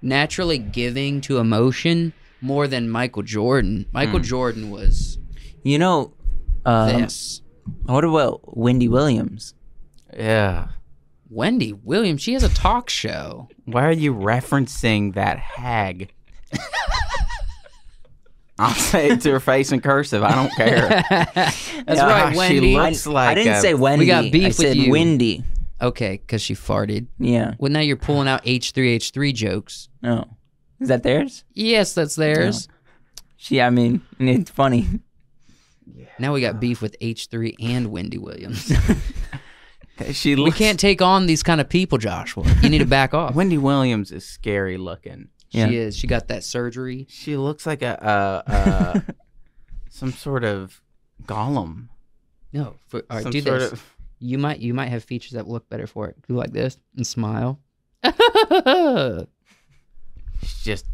Speaker 1: naturally giving to emotion more than Michael Jordan. Michael
Speaker 2: Hmm.
Speaker 1: Jordan was
Speaker 3: You know, um,
Speaker 1: this.
Speaker 3: what about Wendy Williams?
Speaker 2: yeah.
Speaker 1: Wendy Williams, she has a talk show.
Speaker 2: Why are you referencing that hag? I'll say it to her face in cursive. I don't care.
Speaker 1: That's
Speaker 2: Yeah, Ah,
Speaker 1: right,
Speaker 2: she
Speaker 1: Wendy.
Speaker 2: lo- Looks like
Speaker 3: I didn't
Speaker 2: a-
Speaker 3: say Wendy.
Speaker 1: We got beef
Speaker 3: I
Speaker 1: with
Speaker 3: said
Speaker 1: you.
Speaker 3: Wendy.
Speaker 1: okay, because she farted.
Speaker 3: Yeah.
Speaker 1: Well, now you're pulling out H3H3 jokes.
Speaker 3: No. Is that theirs?
Speaker 1: Yes, that's theirs.
Speaker 3: She. I mean, it's funny.
Speaker 1: Now we got beef with H3 and Wendy Williams.
Speaker 2: She
Speaker 1: we
Speaker 2: looks,
Speaker 1: can't take on these kind of people, Joshua. You need to back off.
Speaker 2: Wendy Williams is scary looking.
Speaker 3: Yeah.
Speaker 1: She is. She got that surgery.
Speaker 2: She looks like a uh, uh, some sort of golem.
Speaker 1: No, for, all right,
Speaker 2: some
Speaker 1: do
Speaker 2: sort
Speaker 1: this.
Speaker 2: of
Speaker 1: You might you might have features that look better for it. Do like this and smile. That's
Speaker 2: she's just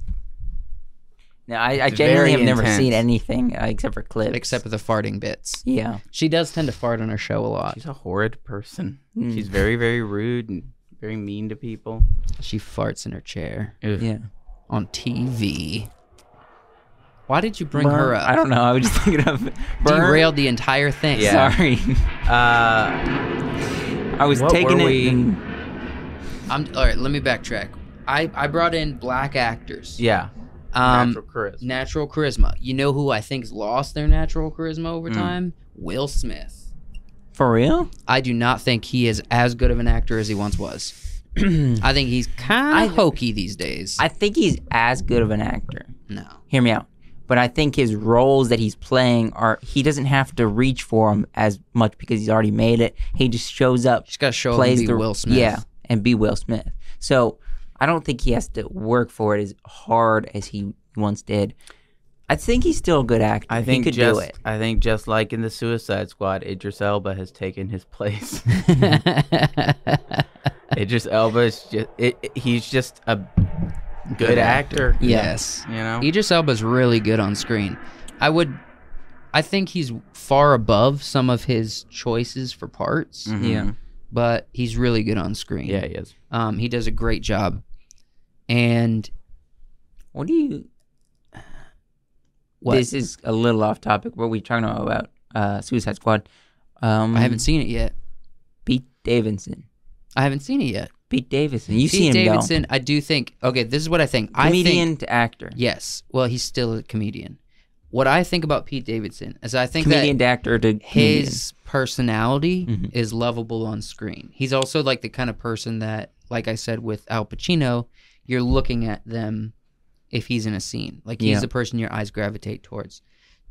Speaker 3: No, I, I
Speaker 2: It's
Speaker 3: genuinely have
Speaker 2: very
Speaker 3: never
Speaker 2: intense.
Speaker 3: seen anything uh, except for clips.
Speaker 1: except for the farting bits.
Speaker 3: yeah,
Speaker 1: She does tend to fart on her show a lot.
Speaker 2: she's a horrid person.
Speaker 3: Mm.
Speaker 2: She's very very rude and very mean to people.
Speaker 1: She farts in her chair
Speaker 2: Ugh.
Speaker 3: yeah.
Speaker 1: on TV. Why did you bring her up?
Speaker 3: I don't know. I was just thinking of Burn.
Speaker 1: Derailed the entire thing.
Speaker 2: Yeah.
Speaker 3: Sorry,
Speaker 2: Uh,
Speaker 3: I was
Speaker 2: What
Speaker 3: taking
Speaker 2: were
Speaker 3: it.
Speaker 2: we-
Speaker 3: and-
Speaker 1: I'm all right. Let me backtrack. I I brought in black actors.
Speaker 2: yeah.
Speaker 1: Um,
Speaker 2: Natural charisma.
Speaker 1: natural charisma. You know who I think's lost their natural charisma over
Speaker 3: Hmm.
Speaker 2: Mm.
Speaker 1: time? Will Smith.
Speaker 3: for real?
Speaker 1: I do not think he is as good of an actor as he once was. I think he's
Speaker 3: I-
Speaker 1: kind of hokey these days.
Speaker 3: I think he's as good of an actor.
Speaker 1: no.
Speaker 3: Hear me out. But I think his roles that he's playing are he doesn't have to reach for them as much because he's already made it. He just shows up,
Speaker 1: Just gotta show him
Speaker 3: plays
Speaker 1: to be
Speaker 3: the
Speaker 1: Will Smith.
Speaker 3: yeah, and be Will Smith. So I don't think he has to work for it as hard as he once did. I think he's still a good actor.
Speaker 2: I
Speaker 3: He
Speaker 2: think
Speaker 3: could
Speaker 2: just,
Speaker 3: do it.
Speaker 2: I think just like in the Suicide Squad, Idris Elba has taken his place. Idris Elba is just it, it- he's just a good actor.
Speaker 1: yes.
Speaker 2: You know?
Speaker 1: Idris Elba's really good on screen. I would I think he's far above some of his choices for parts,
Speaker 2: Mhm.
Speaker 3: Yeah.
Speaker 1: but he's really good on screen.
Speaker 2: Yeah, he is.
Speaker 1: Um, he does a great job. And
Speaker 3: What do you?
Speaker 1: what
Speaker 3: This is a little off topic. What we talking about? Uh, Suicide Squad. Um,
Speaker 1: I haven't seen it yet.
Speaker 3: Pete Davidson.
Speaker 1: I haven't seen it yet.
Speaker 3: Pete Davidson. You've
Speaker 1: Pete
Speaker 3: seen him though.
Speaker 1: Davidson, I do think okay, this is what I think. I think
Speaker 3: comedian to actor.
Speaker 1: Yes. Well, he's still a comedian. What I think about Pete Davidson is I think
Speaker 3: comedian
Speaker 1: that
Speaker 3: to actor to comedian.
Speaker 1: his personality
Speaker 3: Mhm.
Speaker 1: is lovable on screen. He's also like the kind of person that, like I said with Al Pacino, you're looking at them if he's in a scene. Like he's
Speaker 3: Yeah.
Speaker 1: the person your eyes gravitate towards.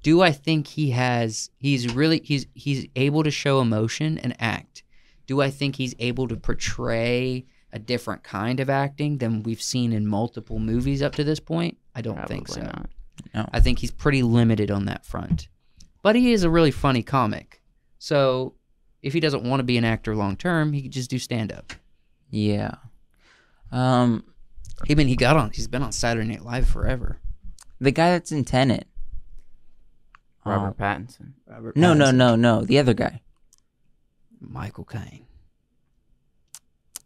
Speaker 1: Do I think he has he's really he's he's able to show emotion and act? Do I think he's able to portray a different kind of acting than we've seen in multiple movies up to this point? I don't think so.
Speaker 2: Probably not.
Speaker 1: I think he's pretty limited on that front. But he is a really funny comic. So if he doesn't want to be an actor long term, he could just do stand up.
Speaker 3: Yeah. Um,
Speaker 1: I mean, he got on. He's been on Saturday Night Live forever.
Speaker 3: the guy that's in Tenet.
Speaker 2: Robert
Speaker 3: Oh.
Speaker 2: Pattinson.
Speaker 1: Robert
Speaker 3: no, no,
Speaker 1: Pattinson.
Speaker 3: no, no. The other guy.
Speaker 1: Michael Caine.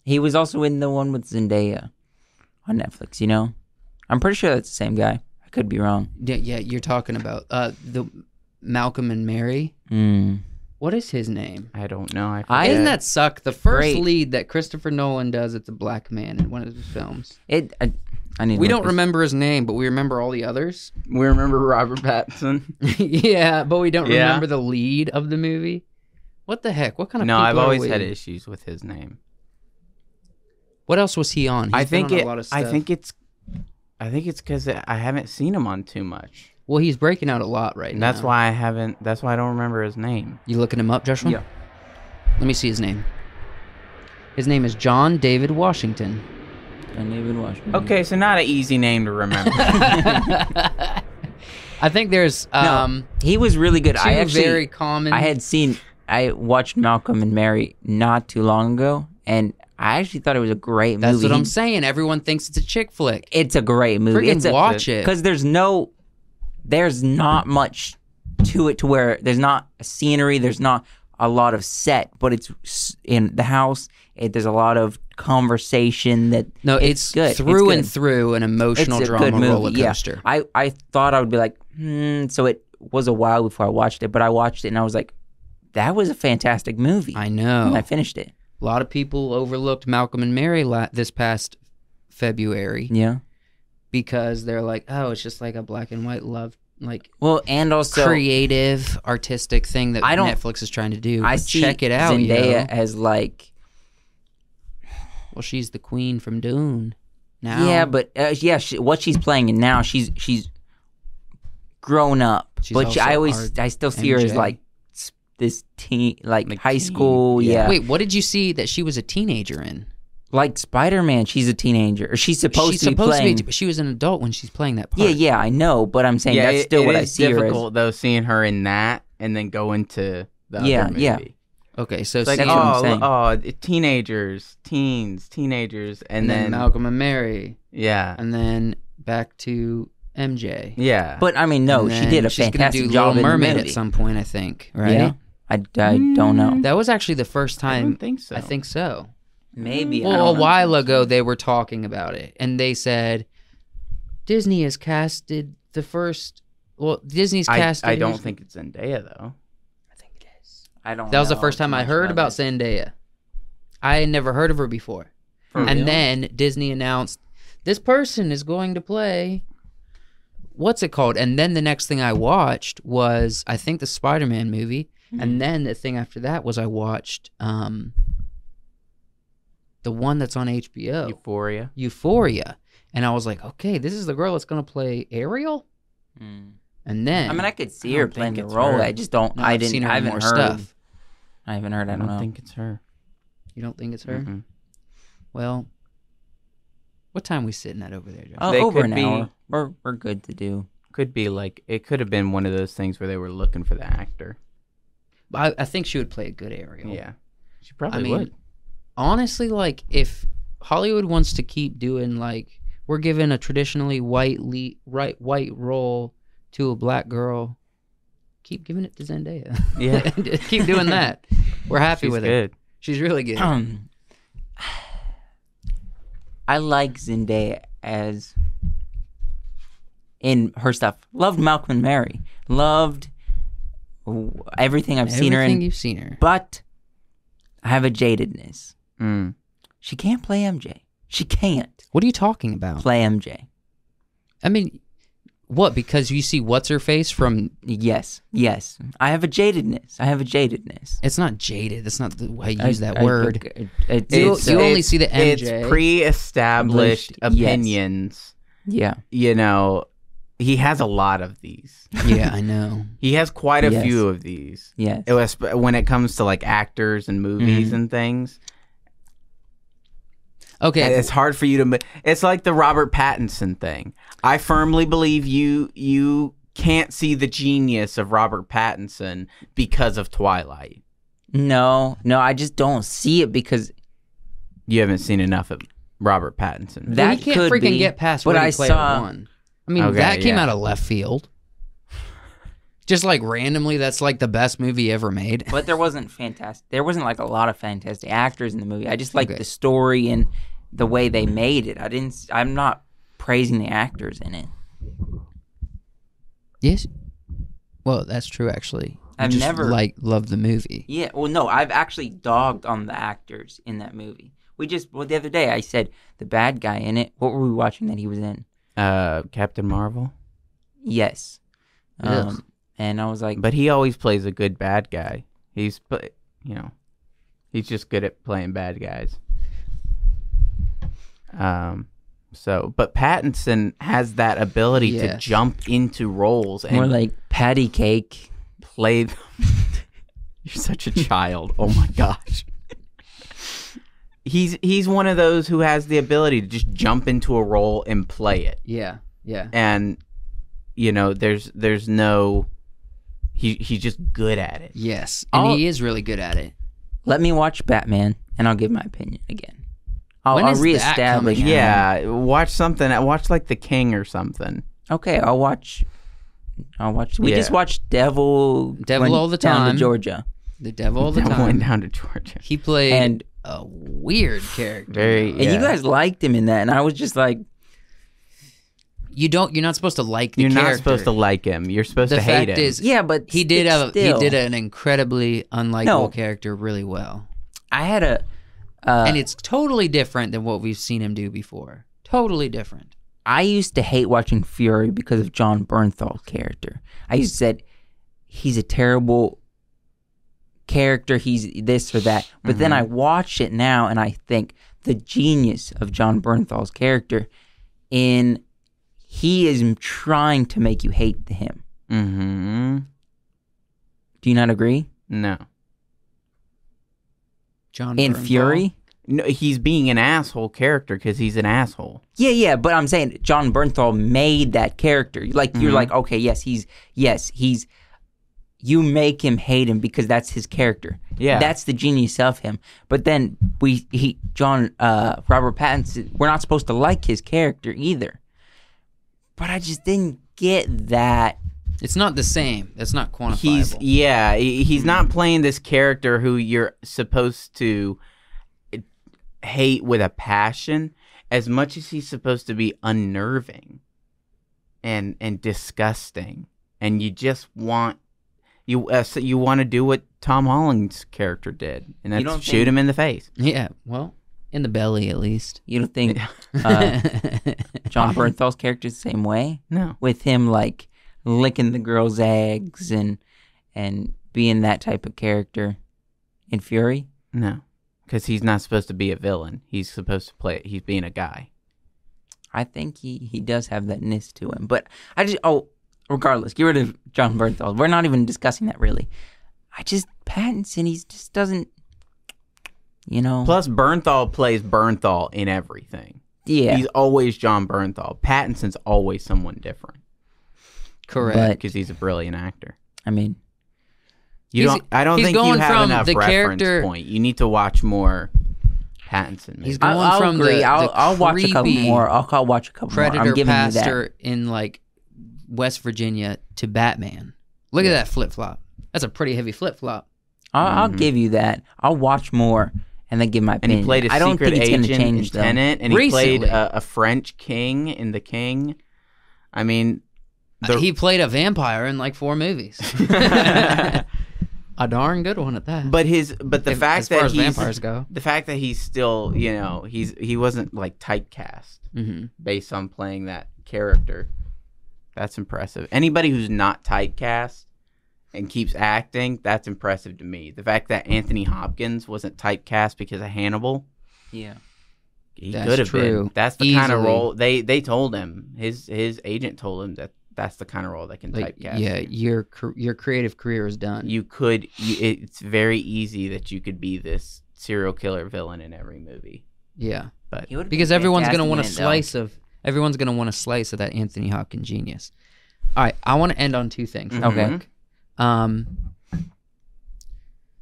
Speaker 3: He was also in the one with Zendaya on Netflix. You know, I'm pretty sure that's the same guy. I could be wrong.
Speaker 1: Yeah, yeah, you're talking about uh the Malcolm and Mary.
Speaker 3: Mm.
Speaker 1: What is his name?
Speaker 2: I don't know. I
Speaker 3: I-
Speaker 2: forget.
Speaker 1: Doesn't that suck? The first
Speaker 3: Great.
Speaker 1: lead that Christopher Nolan does, it's a black man in one of his films.
Speaker 3: It. I, I need. to
Speaker 1: We
Speaker 3: look
Speaker 1: don't
Speaker 3: this-
Speaker 1: remember his name, but we remember all the others.
Speaker 2: we remember Robert Pattinson.
Speaker 1: yeah, but we don't
Speaker 2: Yeah.
Speaker 1: remember the lead of the movie. What the heck? What kind of
Speaker 2: no,
Speaker 1: people
Speaker 2: I've
Speaker 1: are
Speaker 2: always
Speaker 1: we?
Speaker 2: had issues with his name.
Speaker 1: What else was he on? He's
Speaker 2: I
Speaker 1: been
Speaker 2: think
Speaker 1: on
Speaker 2: it.
Speaker 1: a lot of stuff.
Speaker 2: I think it's. I think it's because I haven't seen him on too much,
Speaker 1: Well, he's breaking out a lot right
Speaker 2: and
Speaker 1: now.
Speaker 2: that's why I haven't. That's why I don't remember his name.
Speaker 1: You looking him up, Joshua?
Speaker 2: Yeah.
Speaker 1: Let me see his name. His name is John David Washington.
Speaker 3: And even Washington.
Speaker 2: Okay, so not an easy name to remember.
Speaker 1: I think there's um
Speaker 3: He was really good.
Speaker 1: two
Speaker 3: I actually.
Speaker 1: very common.
Speaker 3: I had seen. I watched Malcolm and Mary not too long ago, and I actually thought it was a great
Speaker 1: That's
Speaker 3: movie.
Speaker 1: what I'm
Speaker 3: He-
Speaker 1: saying. Everyone thinks it's a chick flick.
Speaker 3: It's a great movie.
Speaker 1: Friggin'
Speaker 3: it's a,
Speaker 1: watch it.
Speaker 3: because there's no there's not much to it to where there's not scenery there's not a lot of set but it's s- in the house it, there's a lot of conversation that
Speaker 1: No, it's,
Speaker 3: good. It's
Speaker 1: through and
Speaker 3: good.
Speaker 1: through an
Speaker 3: it's
Speaker 1: emotional
Speaker 3: a
Speaker 1: drama
Speaker 3: good movie
Speaker 1: roller
Speaker 3: yeah
Speaker 1: coaster.
Speaker 3: i i thought i would be like hmm so it was a while before i watched it but i watched it and i was like that was a fantastic movie
Speaker 1: I know.
Speaker 3: and i
Speaker 1: A
Speaker 3: finished it
Speaker 1: lot of people overlooked Malcolm and Mary la- this past February
Speaker 3: yeah
Speaker 1: because they're like, oh, it's just like a black and white love, like
Speaker 3: well and also
Speaker 1: creative, artistic thing that
Speaker 3: I don't-
Speaker 1: Netflix is trying to do.
Speaker 3: i
Speaker 1: But
Speaker 3: see
Speaker 1: check it out. yo.
Speaker 3: zendaya as like
Speaker 1: Well, she's the queen from Dune. Now,
Speaker 3: Yeah, but uh, yeah, she, what she's playing in now, she's she's grown up.
Speaker 1: She's
Speaker 3: but
Speaker 1: also
Speaker 3: she, I
Speaker 1: our
Speaker 3: always, I still see her as
Speaker 1: MJ.
Speaker 3: like s- this teen, like,
Speaker 2: Like
Speaker 3: high
Speaker 2: teen,
Speaker 3: school. Yeah,
Speaker 1: wait, what did you see that she was a teenager in?
Speaker 3: like Spider Man. She's a teenager, or she's supposed
Speaker 1: she's
Speaker 3: to be
Speaker 1: supposed
Speaker 3: playing.
Speaker 1: to be. She was an adult when she's playing that
Speaker 3: yeah,
Speaker 1: part.
Speaker 3: yeah, I know, but I'm saying that's
Speaker 2: it-
Speaker 3: still
Speaker 2: it
Speaker 3: what I
Speaker 2: is
Speaker 3: see her as.
Speaker 2: difficult though, seeing her in that and then go into the
Speaker 3: Yeah,
Speaker 2: other movie.
Speaker 3: yeah.
Speaker 1: Okay, so
Speaker 2: It's like
Speaker 1: see,
Speaker 3: That's what I'm
Speaker 2: oh,
Speaker 3: saying.
Speaker 2: oh, teenagers, teens, teenagers, and,
Speaker 1: and then,
Speaker 2: then,
Speaker 1: Malcolm and Mary,
Speaker 2: yeah,
Speaker 1: and then back to MJ.
Speaker 2: yeah.
Speaker 3: But I mean, no,
Speaker 1: And
Speaker 3: she
Speaker 1: then
Speaker 3: did a
Speaker 1: she's gonna
Speaker 3: fantastic
Speaker 1: do
Speaker 3: job
Speaker 1: Little
Speaker 3: in the
Speaker 1: Mermaid
Speaker 3: movie.
Speaker 1: at some point, I think. Right?
Speaker 3: Yeah, I, I don't know.
Speaker 1: That was actually the first
Speaker 2: I
Speaker 1: time.
Speaker 2: don't think so.
Speaker 1: I think so.
Speaker 3: Maybe I
Speaker 1: Well, a
Speaker 3: don't know.
Speaker 1: while ago they were talking about it, and they said Disney has casted the first. Well, Disney's
Speaker 2: I,
Speaker 1: casted.
Speaker 2: I don't
Speaker 1: who's-
Speaker 2: think it's Zendaya though.
Speaker 3: I don't.
Speaker 1: That was the
Speaker 3: know
Speaker 1: first time
Speaker 3: too
Speaker 1: I
Speaker 3: much
Speaker 1: heard about
Speaker 3: it.
Speaker 1: Zendaya. I had never heard of her before. and then Disney announced this person is going to play what's it called? And then the next thing I watched was I think the Spider Man movie.
Speaker 3: Mm-hmm.
Speaker 1: And then the thing after that was I watched um the one that's on HBO.
Speaker 2: Euphoria.
Speaker 1: Euphoria. And I was like, okay, this is the girl that's gonna play Ariel?
Speaker 3: Mm.
Speaker 1: And then
Speaker 3: I mean, I could see
Speaker 2: I
Speaker 3: her
Speaker 2: don't
Speaker 3: playing the
Speaker 2: think it's
Speaker 3: role.
Speaker 2: her.
Speaker 3: I just don't.
Speaker 1: No,
Speaker 3: I
Speaker 1: I've
Speaker 3: didn't.
Speaker 1: seen her
Speaker 3: I
Speaker 1: in
Speaker 3: haven't
Speaker 1: more
Speaker 3: heard.
Speaker 1: stuff.
Speaker 3: I haven't heard. I
Speaker 2: I
Speaker 3: don't,
Speaker 2: don't
Speaker 3: know.
Speaker 2: think it's her.
Speaker 1: You don't think it's her?
Speaker 3: Mm-hmm.
Speaker 2: Mm-mm.
Speaker 1: Well, what time we sitting at over there, Josh?
Speaker 3: Oh,
Speaker 2: They
Speaker 3: over
Speaker 2: could
Speaker 3: an
Speaker 2: be-
Speaker 3: hour. We're we're good to do.
Speaker 2: Could be like it could have been one of those things where they were looking for the actor.
Speaker 1: I, I think she would play a good Ariel.
Speaker 2: Yeah, she probably
Speaker 1: I mean,
Speaker 2: would.
Speaker 1: honestly, like if Hollywood wants to keep doing like we're giving a traditionally white le- right white role to a black girl, keep giving it to Zendaya.
Speaker 2: Yeah,
Speaker 1: Just keep doing that. We're happy
Speaker 2: she's
Speaker 1: with it.
Speaker 2: good.
Speaker 1: She's really good.
Speaker 3: Um, I like Zendaya as in her stuff. Loved Malcolm and Mary. Loved w- everything I've seen her
Speaker 1: Everything
Speaker 3: in.
Speaker 1: you've seen her.
Speaker 3: But I have a jadedness.
Speaker 2: Mm.
Speaker 3: She can't play MJ. She can't
Speaker 1: What are you talking about?
Speaker 3: play MJ.
Speaker 1: I mean, what? Because you see what's her face from?
Speaker 3: Yes, yes. I have a jadedness. I have a jadedness.
Speaker 1: It's not jaded. That's not the way you
Speaker 3: I-
Speaker 1: use that
Speaker 3: I-
Speaker 1: word.
Speaker 3: I- I- it's-
Speaker 1: You-
Speaker 2: It's-
Speaker 1: you only
Speaker 2: it's-
Speaker 1: see the MJ.
Speaker 2: It's pre-established
Speaker 3: Established, yes.
Speaker 2: opinions.
Speaker 3: yeah.
Speaker 2: You know, he has a lot of these.
Speaker 1: yeah, I know.
Speaker 2: He has quite a
Speaker 3: Yes.
Speaker 2: few of these.
Speaker 3: Yes.
Speaker 2: It was when it comes to like actors and movies
Speaker 3: Mhm.
Speaker 2: and things.
Speaker 1: Okay,
Speaker 2: And It's hard for you to. m- It's like the Robert Pattinson thing. I firmly believe you. You can't see the genius of Robert Pattinson because of Twilight.
Speaker 3: No, no, I just don't see it because
Speaker 2: You haven't seen enough of Robert Pattinson.
Speaker 3: That
Speaker 1: Well, he can't
Speaker 3: could
Speaker 1: freaking
Speaker 3: be,
Speaker 1: get past
Speaker 3: but
Speaker 1: Ready
Speaker 3: I
Speaker 1: Player
Speaker 3: saw-
Speaker 1: One. I mean,
Speaker 2: Okay,
Speaker 1: that came
Speaker 2: yeah.
Speaker 1: out of left field. Just like randomly, that's like the best movie ever made.
Speaker 3: but there wasn't fantastic. There wasn't like a lot of fantastic actors in the movie. I just like
Speaker 1: Okay.
Speaker 3: the story and the way they made it. I didn't. s- I'm not praising the actors in it.
Speaker 1: Yes. Well, that's true. Actually, You
Speaker 3: I've
Speaker 1: just,
Speaker 3: never-
Speaker 1: like loved the movie.
Speaker 3: Yeah, well, no, I've actually dogged on the actors in that movie. We just, well, the other day I said the bad guy in it. What were we watching that he was in?
Speaker 2: Uh, Captain Marvel,
Speaker 3: Yes.
Speaker 1: Ugh.
Speaker 3: Um, and I was like,
Speaker 2: but he always plays a good bad guy. He's but you know, he's just good at playing bad guys. Um, so but Pattinson has that ability to
Speaker 1: Yes.
Speaker 2: jump into roles and
Speaker 3: more like patty cake.
Speaker 2: play them. You're such a child. Oh my gosh. He's he's one of those who has the ability to just jump into a role and play it.
Speaker 1: Yeah. Yeah.
Speaker 2: And you know, there's there's no he he's just good at it.
Speaker 1: Yes, and
Speaker 3: I'll-
Speaker 1: he is really good at it.
Speaker 3: Let me watch Batman, and I'll give my opinion again. I'll,
Speaker 1: When
Speaker 3: I'll
Speaker 1: is that
Speaker 3: reestablish.
Speaker 1: coming
Speaker 2: Yeah, watch something. uh, Watch like The King or something.
Speaker 3: Okay, I'll watch. I'll watch. We
Speaker 2: Yeah.
Speaker 3: just watched Devil.
Speaker 1: Devil
Speaker 3: Went
Speaker 1: all the
Speaker 3: Down to
Speaker 1: time.
Speaker 3: Georgia.
Speaker 1: The devil all the
Speaker 2: That went
Speaker 1: time.
Speaker 2: down to Georgia.
Speaker 1: He played
Speaker 3: And-
Speaker 1: a weird character.
Speaker 2: Very.
Speaker 3: And
Speaker 2: yeah.
Speaker 3: you guys liked him in that, and I was just like,
Speaker 1: You don't. You're not supposed to like the
Speaker 2: You're
Speaker 1: character.
Speaker 2: not supposed to like him. You're supposed
Speaker 1: The
Speaker 2: to hate
Speaker 1: fact
Speaker 2: him.
Speaker 1: is,
Speaker 3: yeah, but
Speaker 1: he did
Speaker 3: it's
Speaker 1: a
Speaker 3: still,
Speaker 1: he did an incredibly unlikable
Speaker 3: No.
Speaker 1: character really well,
Speaker 3: I had a. Uh,
Speaker 1: and it's totally different than what we've seen him do before. Totally different.
Speaker 3: I used to hate watching Fury because of John Bernthal's character. I used to said he's a terrible character. He's this or that. But
Speaker 1: Mm-hmm.
Speaker 3: then I watch it now and I think the genius of John Bernthal's character in he is trying to make you hate him.
Speaker 2: Mm-hmm.
Speaker 3: Do you not agree?
Speaker 2: No.
Speaker 1: John
Speaker 3: In
Speaker 1: Bernthal.
Speaker 3: Fury?
Speaker 2: No, he's being an asshole character because he's an asshole.
Speaker 3: Yeah, yeah, but I'm saying John Bernthal made that character. Like you're like, okay, yes, he's yes, he's you make him hate him because that's his character.
Speaker 2: Yeah.
Speaker 3: That's the genius of him. But then we he John uh Robert Pattinson we're not supposed to like his character either. But I just didn't get that.
Speaker 1: It's not the same. That's not quantifiable.
Speaker 2: He's
Speaker 3: e-
Speaker 2: yeah, he- he's not
Speaker 3: Hmm.
Speaker 2: playing this character who you're supposed to eh, hate with a passion as much as he's supposed to be unnerving and and disgusting. And you just want you uh, so you want to do what Tom Holland's character did, and that's
Speaker 3: don't
Speaker 2: shoot
Speaker 3: think-
Speaker 2: him in the face.
Speaker 1: yeah. Well, in the belly at least.
Speaker 3: You don't think uh, John
Speaker 2: I-
Speaker 3: Bernthal's character is the same way?
Speaker 2: No,
Speaker 3: with him like licking the girl's eggs and and being that type of character in Fury.
Speaker 2: no, because he's not supposed to be a villain. He's supposed to play. He's being a guy.
Speaker 3: I think he he does have that ness to him, but I just oh regardless, get rid of John Bernthal. We're not even discussing that really. I just Pattinson, he just doesn't, you know.
Speaker 2: Plus, Bernthal plays Bernthal in everything.
Speaker 3: yeah,
Speaker 2: He's always John Bernthal. Pattinson's always someone different
Speaker 1: Correct.
Speaker 3: But-
Speaker 2: because he's a brilliant actor.
Speaker 3: I mean,
Speaker 2: You
Speaker 1: He's-
Speaker 2: don't. I don't
Speaker 1: he's
Speaker 2: think you
Speaker 1: going
Speaker 2: have
Speaker 1: from
Speaker 2: enough
Speaker 1: the
Speaker 2: reference
Speaker 1: character-
Speaker 2: point. You need to watch more Pattinson. Movies.
Speaker 1: He's
Speaker 3: I'll,
Speaker 1: going
Speaker 3: I'll
Speaker 1: from the-
Speaker 3: agree.
Speaker 1: the
Speaker 3: I'll, I'll watch a couple
Speaker 1: creepy
Speaker 3: more. I'll, I'll watch a couple more. I'm
Speaker 1: predator
Speaker 3: giving you that.
Speaker 1: pastor in like West Virginia to Batman. Look at that flip flop. That's a pretty heavy flip flop.
Speaker 3: I'll, I'll
Speaker 2: Mhm.
Speaker 3: give you that. I'll watch more and then give my
Speaker 2: and
Speaker 3: opinion.
Speaker 2: he played a
Speaker 3: I don't
Speaker 2: secret
Speaker 3: think it's
Speaker 2: agent
Speaker 3: gonna change
Speaker 2: in
Speaker 3: though.
Speaker 2: Tenet, and he played
Speaker 1: Recently.
Speaker 2: a, a French king in The King. I mean, the,
Speaker 1: he played a vampire in like four movies. a darn good one at that.
Speaker 2: but his but the
Speaker 1: If-
Speaker 2: fact
Speaker 1: as far
Speaker 2: that
Speaker 1: as
Speaker 2: he's
Speaker 1: vampires go,
Speaker 2: the fact that he's still you know he's he wasn't like typecast.
Speaker 3: Mm-hmm.
Speaker 1: hmm
Speaker 2: based on playing that character. That's impressive. Anybody who's not typecast and keeps acting, that's impressive to me. The fact that Anthony Hopkins wasn't typecast because of Hannibal,
Speaker 3: Yeah.
Speaker 2: he
Speaker 1: That's
Speaker 2: could have been.
Speaker 1: true.
Speaker 2: That's the kind of
Speaker 1: Easily.
Speaker 2: role they they told him. His his agent told him that that's the kind of role that can
Speaker 1: like
Speaker 2: typecast.
Speaker 1: yeah, your cr- your creative career is done.
Speaker 2: you could. You, it's very easy that you could be this serial killer villain in every movie.
Speaker 1: yeah,
Speaker 2: But
Speaker 3: He would've been
Speaker 1: because everyone's
Speaker 3: fantastic
Speaker 1: gonna want a
Speaker 3: in it, though.
Speaker 1: slice of everyone's gonna want a slice of that Anthony Hopkins genius. All right, I want to end on two things. real
Speaker 3: Mm-hmm. Okay.
Speaker 1: quick. Um.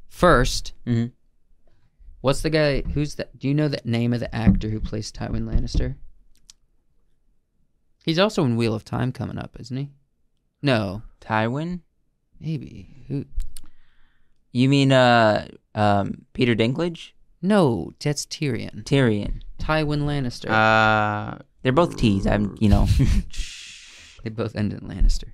Speaker 1: First,
Speaker 3: Mhm.
Speaker 1: what's the guy? Who's that? Do you know the name of the actor who plays Tywin Lannister? He's also in Wheel of Time coming up, isn't he? No,
Speaker 3: Tywin?
Speaker 1: maybe who?
Speaker 3: You mean uh um Peter Dinklage?
Speaker 1: No, that's Tyrion.
Speaker 3: Tyrion.
Speaker 1: Tywin Lannister.
Speaker 3: Ah,
Speaker 2: uh,
Speaker 3: They're both T's. I'm you know.
Speaker 1: they both end in Lannister.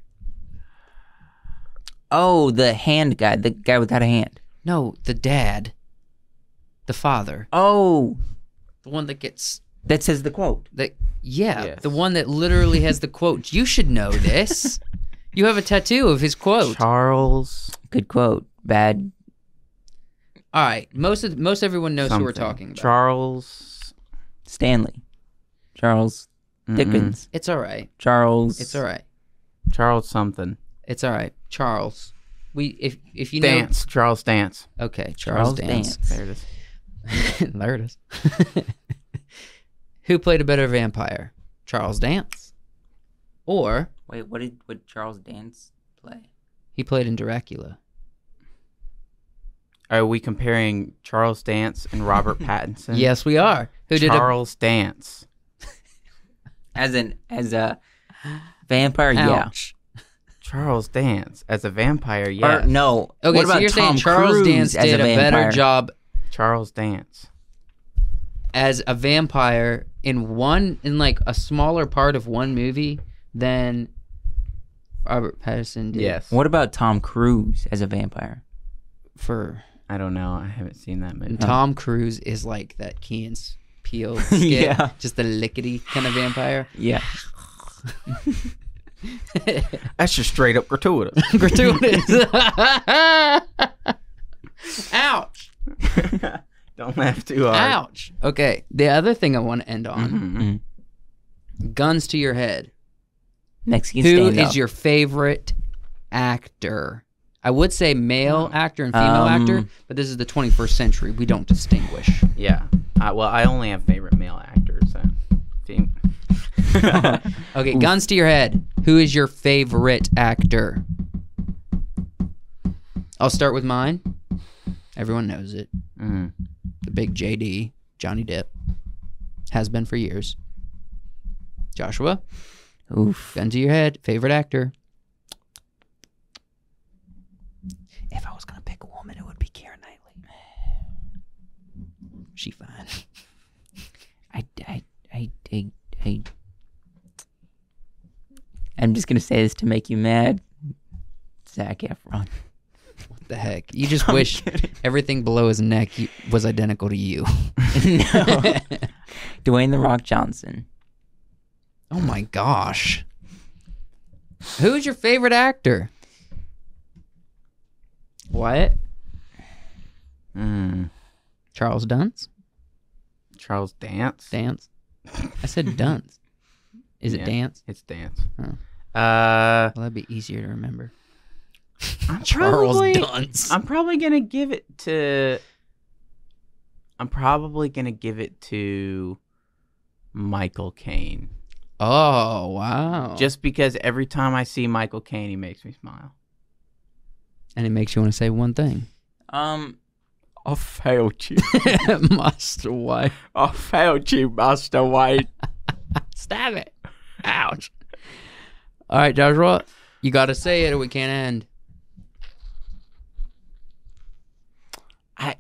Speaker 3: Oh, the hand guy, the guy without a hand.
Speaker 1: No, the dad, the father,
Speaker 3: Oh,
Speaker 1: the one that gets
Speaker 3: that says the quote.
Speaker 1: that. Yeah,
Speaker 2: Yes.
Speaker 1: the one that literally has the quote. You should know this. you have a tattoo of his quote.
Speaker 2: Charles.
Speaker 3: Good quote. Bad.
Speaker 1: All right, most of, most everyone knows who we're
Speaker 2: something.
Speaker 1: talking about.
Speaker 2: Charles.
Speaker 3: Stanley. Charles Dickens.
Speaker 1: it's all right.
Speaker 3: Charles.
Speaker 1: It's all right.
Speaker 2: Mm-mm. Charles something.
Speaker 1: It's all right. Charles. We if if you
Speaker 2: Dance. Charles Dance.
Speaker 1: know okay Charles,
Speaker 3: Charles
Speaker 1: Dance.
Speaker 3: Dance.
Speaker 2: There it is.
Speaker 1: there it is. Who played a better vampire, Charles Dance, or
Speaker 3: Wait, what did what Charles Dance play?
Speaker 1: he played in Dracula?
Speaker 2: Are we comparing Charles Dance and Robert Pattinson?
Speaker 1: Yes, we are. Who did a
Speaker 2: Charles Dance.
Speaker 3: As an as a vampire?
Speaker 1: ouch?
Speaker 2: Charles Dance as a vampire.
Speaker 3: Yeah.
Speaker 2: Yeah.
Speaker 3: Or, no.
Speaker 1: Okay,
Speaker 3: what
Speaker 1: so
Speaker 3: about
Speaker 1: you're
Speaker 3: Tom
Speaker 1: saying Charles
Speaker 3: Cruise
Speaker 1: Dance
Speaker 3: as
Speaker 1: did a, better
Speaker 3: vampire?
Speaker 1: job
Speaker 2: Charles Dance.
Speaker 1: as a vampire in one in like a smaller part of one movie than Robert Pattinson did
Speaker 2: Yes.
Speaker 3: What about Tom Cruise as a vampire?
Speaker 1: for
Speaker 2: I don't know. I haven't seen that
Speaker 3: Uh-huh.
Speaker 2: movie.
Speaker 1: And Tom Cruise is like that Keen's Peel skit,
Speaker 3: Yeah.
Speaker 1: just the lickety kind of vampire.
Speaker 3: Yeah.
Speaker 2: That's just straight up gratuitous.
Speaker 1: Gratuitous. Ouch.
Speaker 2: don't laugh too hard.
Speaker 1: Ouch. Okay. The other thing I want to end on
Speaker 3: Mm-hmm,
Speaker 2: Mhm.
Speaker 1: guns to your head.
Speaker 3: Mexican
Speaker 1: Who
Speaker 3: stand-up.
Speaker 1: is your favorite actor? I would say male actor and female
Speaker 3: Um,
Speaker 1: actor, but this is the 21st century. We don't distinguish.
Speaker 2: Yeah. I, well, I only have favorite male actors. So. Fem-
Speaker 1: Okay, guns to your head. Who is your favorite actor? I'll start with mine. Everyone knows it.
Speaker 2: Mm.
Speaker 1: The big JD, Johnny Depp, has been for years. Joshua,
Speaker 3: Oof.
Speaker 1: gun to your head. Favorite actor? If I was gonna pick a woman, it would be Karen Knightley. She fine.
Speaker 3: I, I, I, I, I, I'm just gonna say this to make you mad, Zach Efron.
Speaker 1: What the heck? You just wish everything below his neck you- was identical to you.
Speaker 3: no, Dwayne the Rock Johnson.
Speaker 1: Oh my gosh. Who's your favorite actor? What?
Speaker 2: Mm.
Speaker 1: Charles Dunce?
Speaker 2: Charles Dance.
Speaker 1: Dance? I said Dunce. Is it
Speaker 2: Yeah.
Speaker 1: Dance?
Speaker 2: It's Dance.
Speaker 1: Oh.
Speaker 2: Uh,
Speaker 1: Well, that'd be easier to remember.
Speaker 2: I'm
Speaker 1: Charles
Speaker 2: probably,
Speaker 1: Dunce.
Speaker 2: I'm probably gonna give it to. I'm probably gonna give it to Michael Caine,
Speaker 1: Oh, wow.
Speaker 2: just because every time I see Michael Caine, he makes me smile.
Speaker 1: and it makes you want to say one thing.
Speaker 3: Um,
Speaker 2: I failed you.
Speaker 1: Master White.
Speaker 2: I failed you, Master White.
Speaker 1: Stab it. Ouch. All right, Joshua. You got to say it or we can't end.
Speaker 3: I,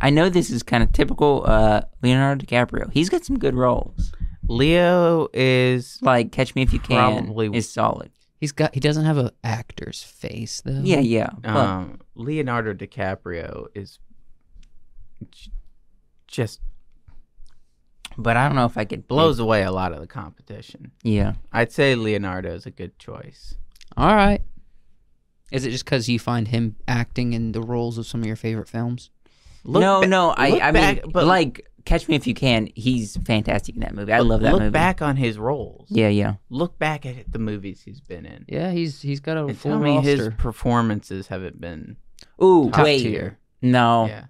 Speaker 3: I know this is kind of typical. Uh, Leonardo DiCaprio. He's got some good roles.
Speaker 2: Leo is
Speaker 3: Like Catch Me If You Can
Speaker 2: Probably-
Speaker 3: is solid.
Speaker 1: He's got. He doesn't have an actor's face though.
Speaker 3: Yeah, yeah. But
Speaker 2: um, Leonardo DiCaprio is j- just
Speaker 3: but I don't know if I could
Speaker 2: blows away a lot of the competition.
Speaker 3: Yeah.
Speaker 2: I'd say Leonardo is a good choice.
Speaker 1: All right. Is it just because you find him acting in the roles of some of your favorite films?
Speaker 2: Look
Speaker 3: no,
Speaker 2: ba-
Speaker 3: no. I,
Speaker 2: look
Speaker 3: I mean,
Speaker 2: back-
Speaker 3: but like Catch Me If You Can. He's fantastic in that movie. I love that
Speaker 2: look
Speaker 3: movie.
Speaker 2: back on his roles.
Speaker 3: Yeah, yeah.
Speaker 2: Look back at the movies he's been in.
Speaker 1: Yeah, he's he's got a
Speaker 2: And
Speaker 1: full
Speaker 2: tell me his
Speaker 1: roster.
Speaker 2: performances haven't been
Speaker 3: Ooh,
Speaker 2: top
Speaker 3: wait.
Speaker 2: tier.
Speaker 3: No.
Speaker 2: Yeah.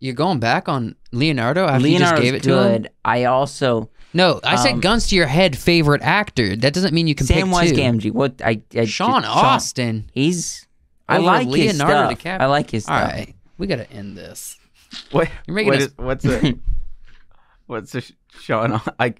Speaker 1: You're going back on Leonardo after
Speaker 3: Leonardo's
Speaker 1: you just gave it to
Speaker 3: good.
Speaker 1: him.
Speaker 3: I also
Speaker 1: No, I
Speaker 3: Um,
Speaker 1: said guns to your head, favorite actor. That doesn't mean you can
Speaker 3: Samwise
Speaker 1: pick two.
Speaker 3: Gamgee. What I, I
Speaker 1: Sean Austin.
Speaker 3: He's I
Speaker 1: Over
Speaker 3: like his
Speaker 1: Leonardo
Speaker 3: stuff.
Speaker 1: DiCaprio.
Speaker 3: I like his
Speaker 1: All
Speaker 3: stuff.
Speaker 1: right, we gotta end this.
Speaker 2: What,
Speaker 1: You're making
Speaker 2: what
Speaker 1: us-
Speaker 2: is- what's a what's a sh- Sean? I, I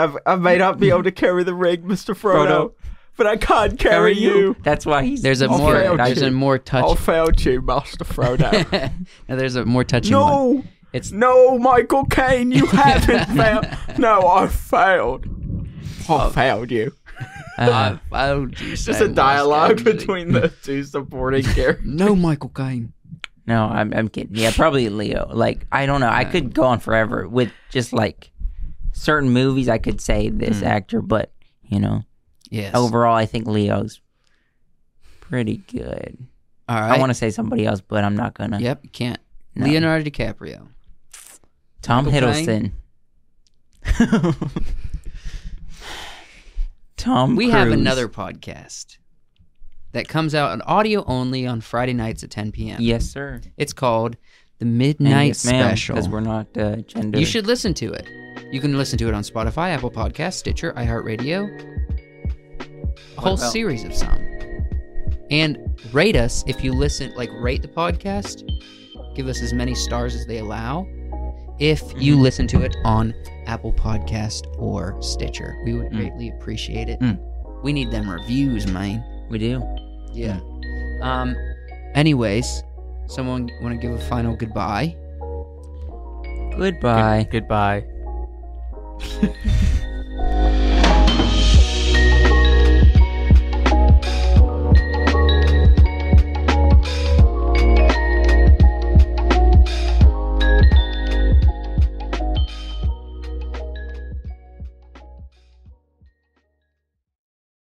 Speaker 2: I've- I may not be able to carry the ring, Mister Frodo, but I can't carry you.
Speaker 3: That's why he's
Speaker 1: There's a
Speaker 3: he's
Speaker 1: more.
Speaker 3: good. I
Speaker 1: There's a
Speaker 3: just-
Speaker 1: more
Speaker 5: I'll
Speaker 1: touch.
Speaker 5: fail you, Master Frodo.
Speaker 1: now there's a more touching one.
Speaker 5: no,
Speaker 1: It's
Speaker 5: no, Michael Caine, you haven't failed. No, I failed. I failed you.
Speaker 3: Uh,
Speaker 1: oh, I don't use
Speaker 5: Just
Speaker 1: that
Speaker 5: a
Speaker 1: in my
Speaker 5: dialogue
Speaker 1: strategy.
Speaker 5: between the two supporting characters.
Speaker 1: No, Michael Caine.
Speaker 3: no, I'm I'm kidding. Yeah, probably Leo. Like I don't know. I could go on forever with just like certain movies. I could say this
Speaker 1: Hmm.
Speaker 2: Mm.
Speaker 3: actor, but you know,
Speaker 1: Yes.
Speaker 3: overall, I think Leo's pretty good.
Speaker 1: All right.
Speaker 3: I want to say somebody else, but I'm not gonna.
Speaker 1: Yep. You can't.
Speaker 3: No.
Speaker 1: Leonardo DiCaprio.
Speaker 3: Tom
Speaker 1: Michael
Speaker 3: Hiddleston. Tom.
Speaker 1: We have
Speaker 3: Cruise.
Speaker 1: another podcast that comes out on audio only on Friday nights at 10 p.m.
Speaker 3: Yes, sir.
Speaker 1: It's called The
Speaker 3: And
Speaker 1: Midnight
Speaker 3: yes, ma'am,
Speaker 1: Special.
Speaker 3: Because we're not uh, gender.
Speaker 1: You should listen to it. You can listen to it on Spotify, Apple Podcasts, Stitcher, iHeartRadio, a whole
Speaker 3: about-
Speaker 1: series of some. And rate us if you listen, like rate the podcast. Give us as many stars as they allow. If you
Speaker 3: Mm-hmm.
Speaker 1: listen to it on Apple Podcast or Stitcher, we would
Speaker 2: Mm.
Speaker 1: greatly appreciate it.
Speaker 2: Mm.
Speaker 1: We need them reviews, man.
Speaker 3: We do. Mm.
Speaker 1: Yeah. Um. Anyways, someone want to give a final goodbye?
Speaker 3: Goodbye.
Speaker 2: Goodbye.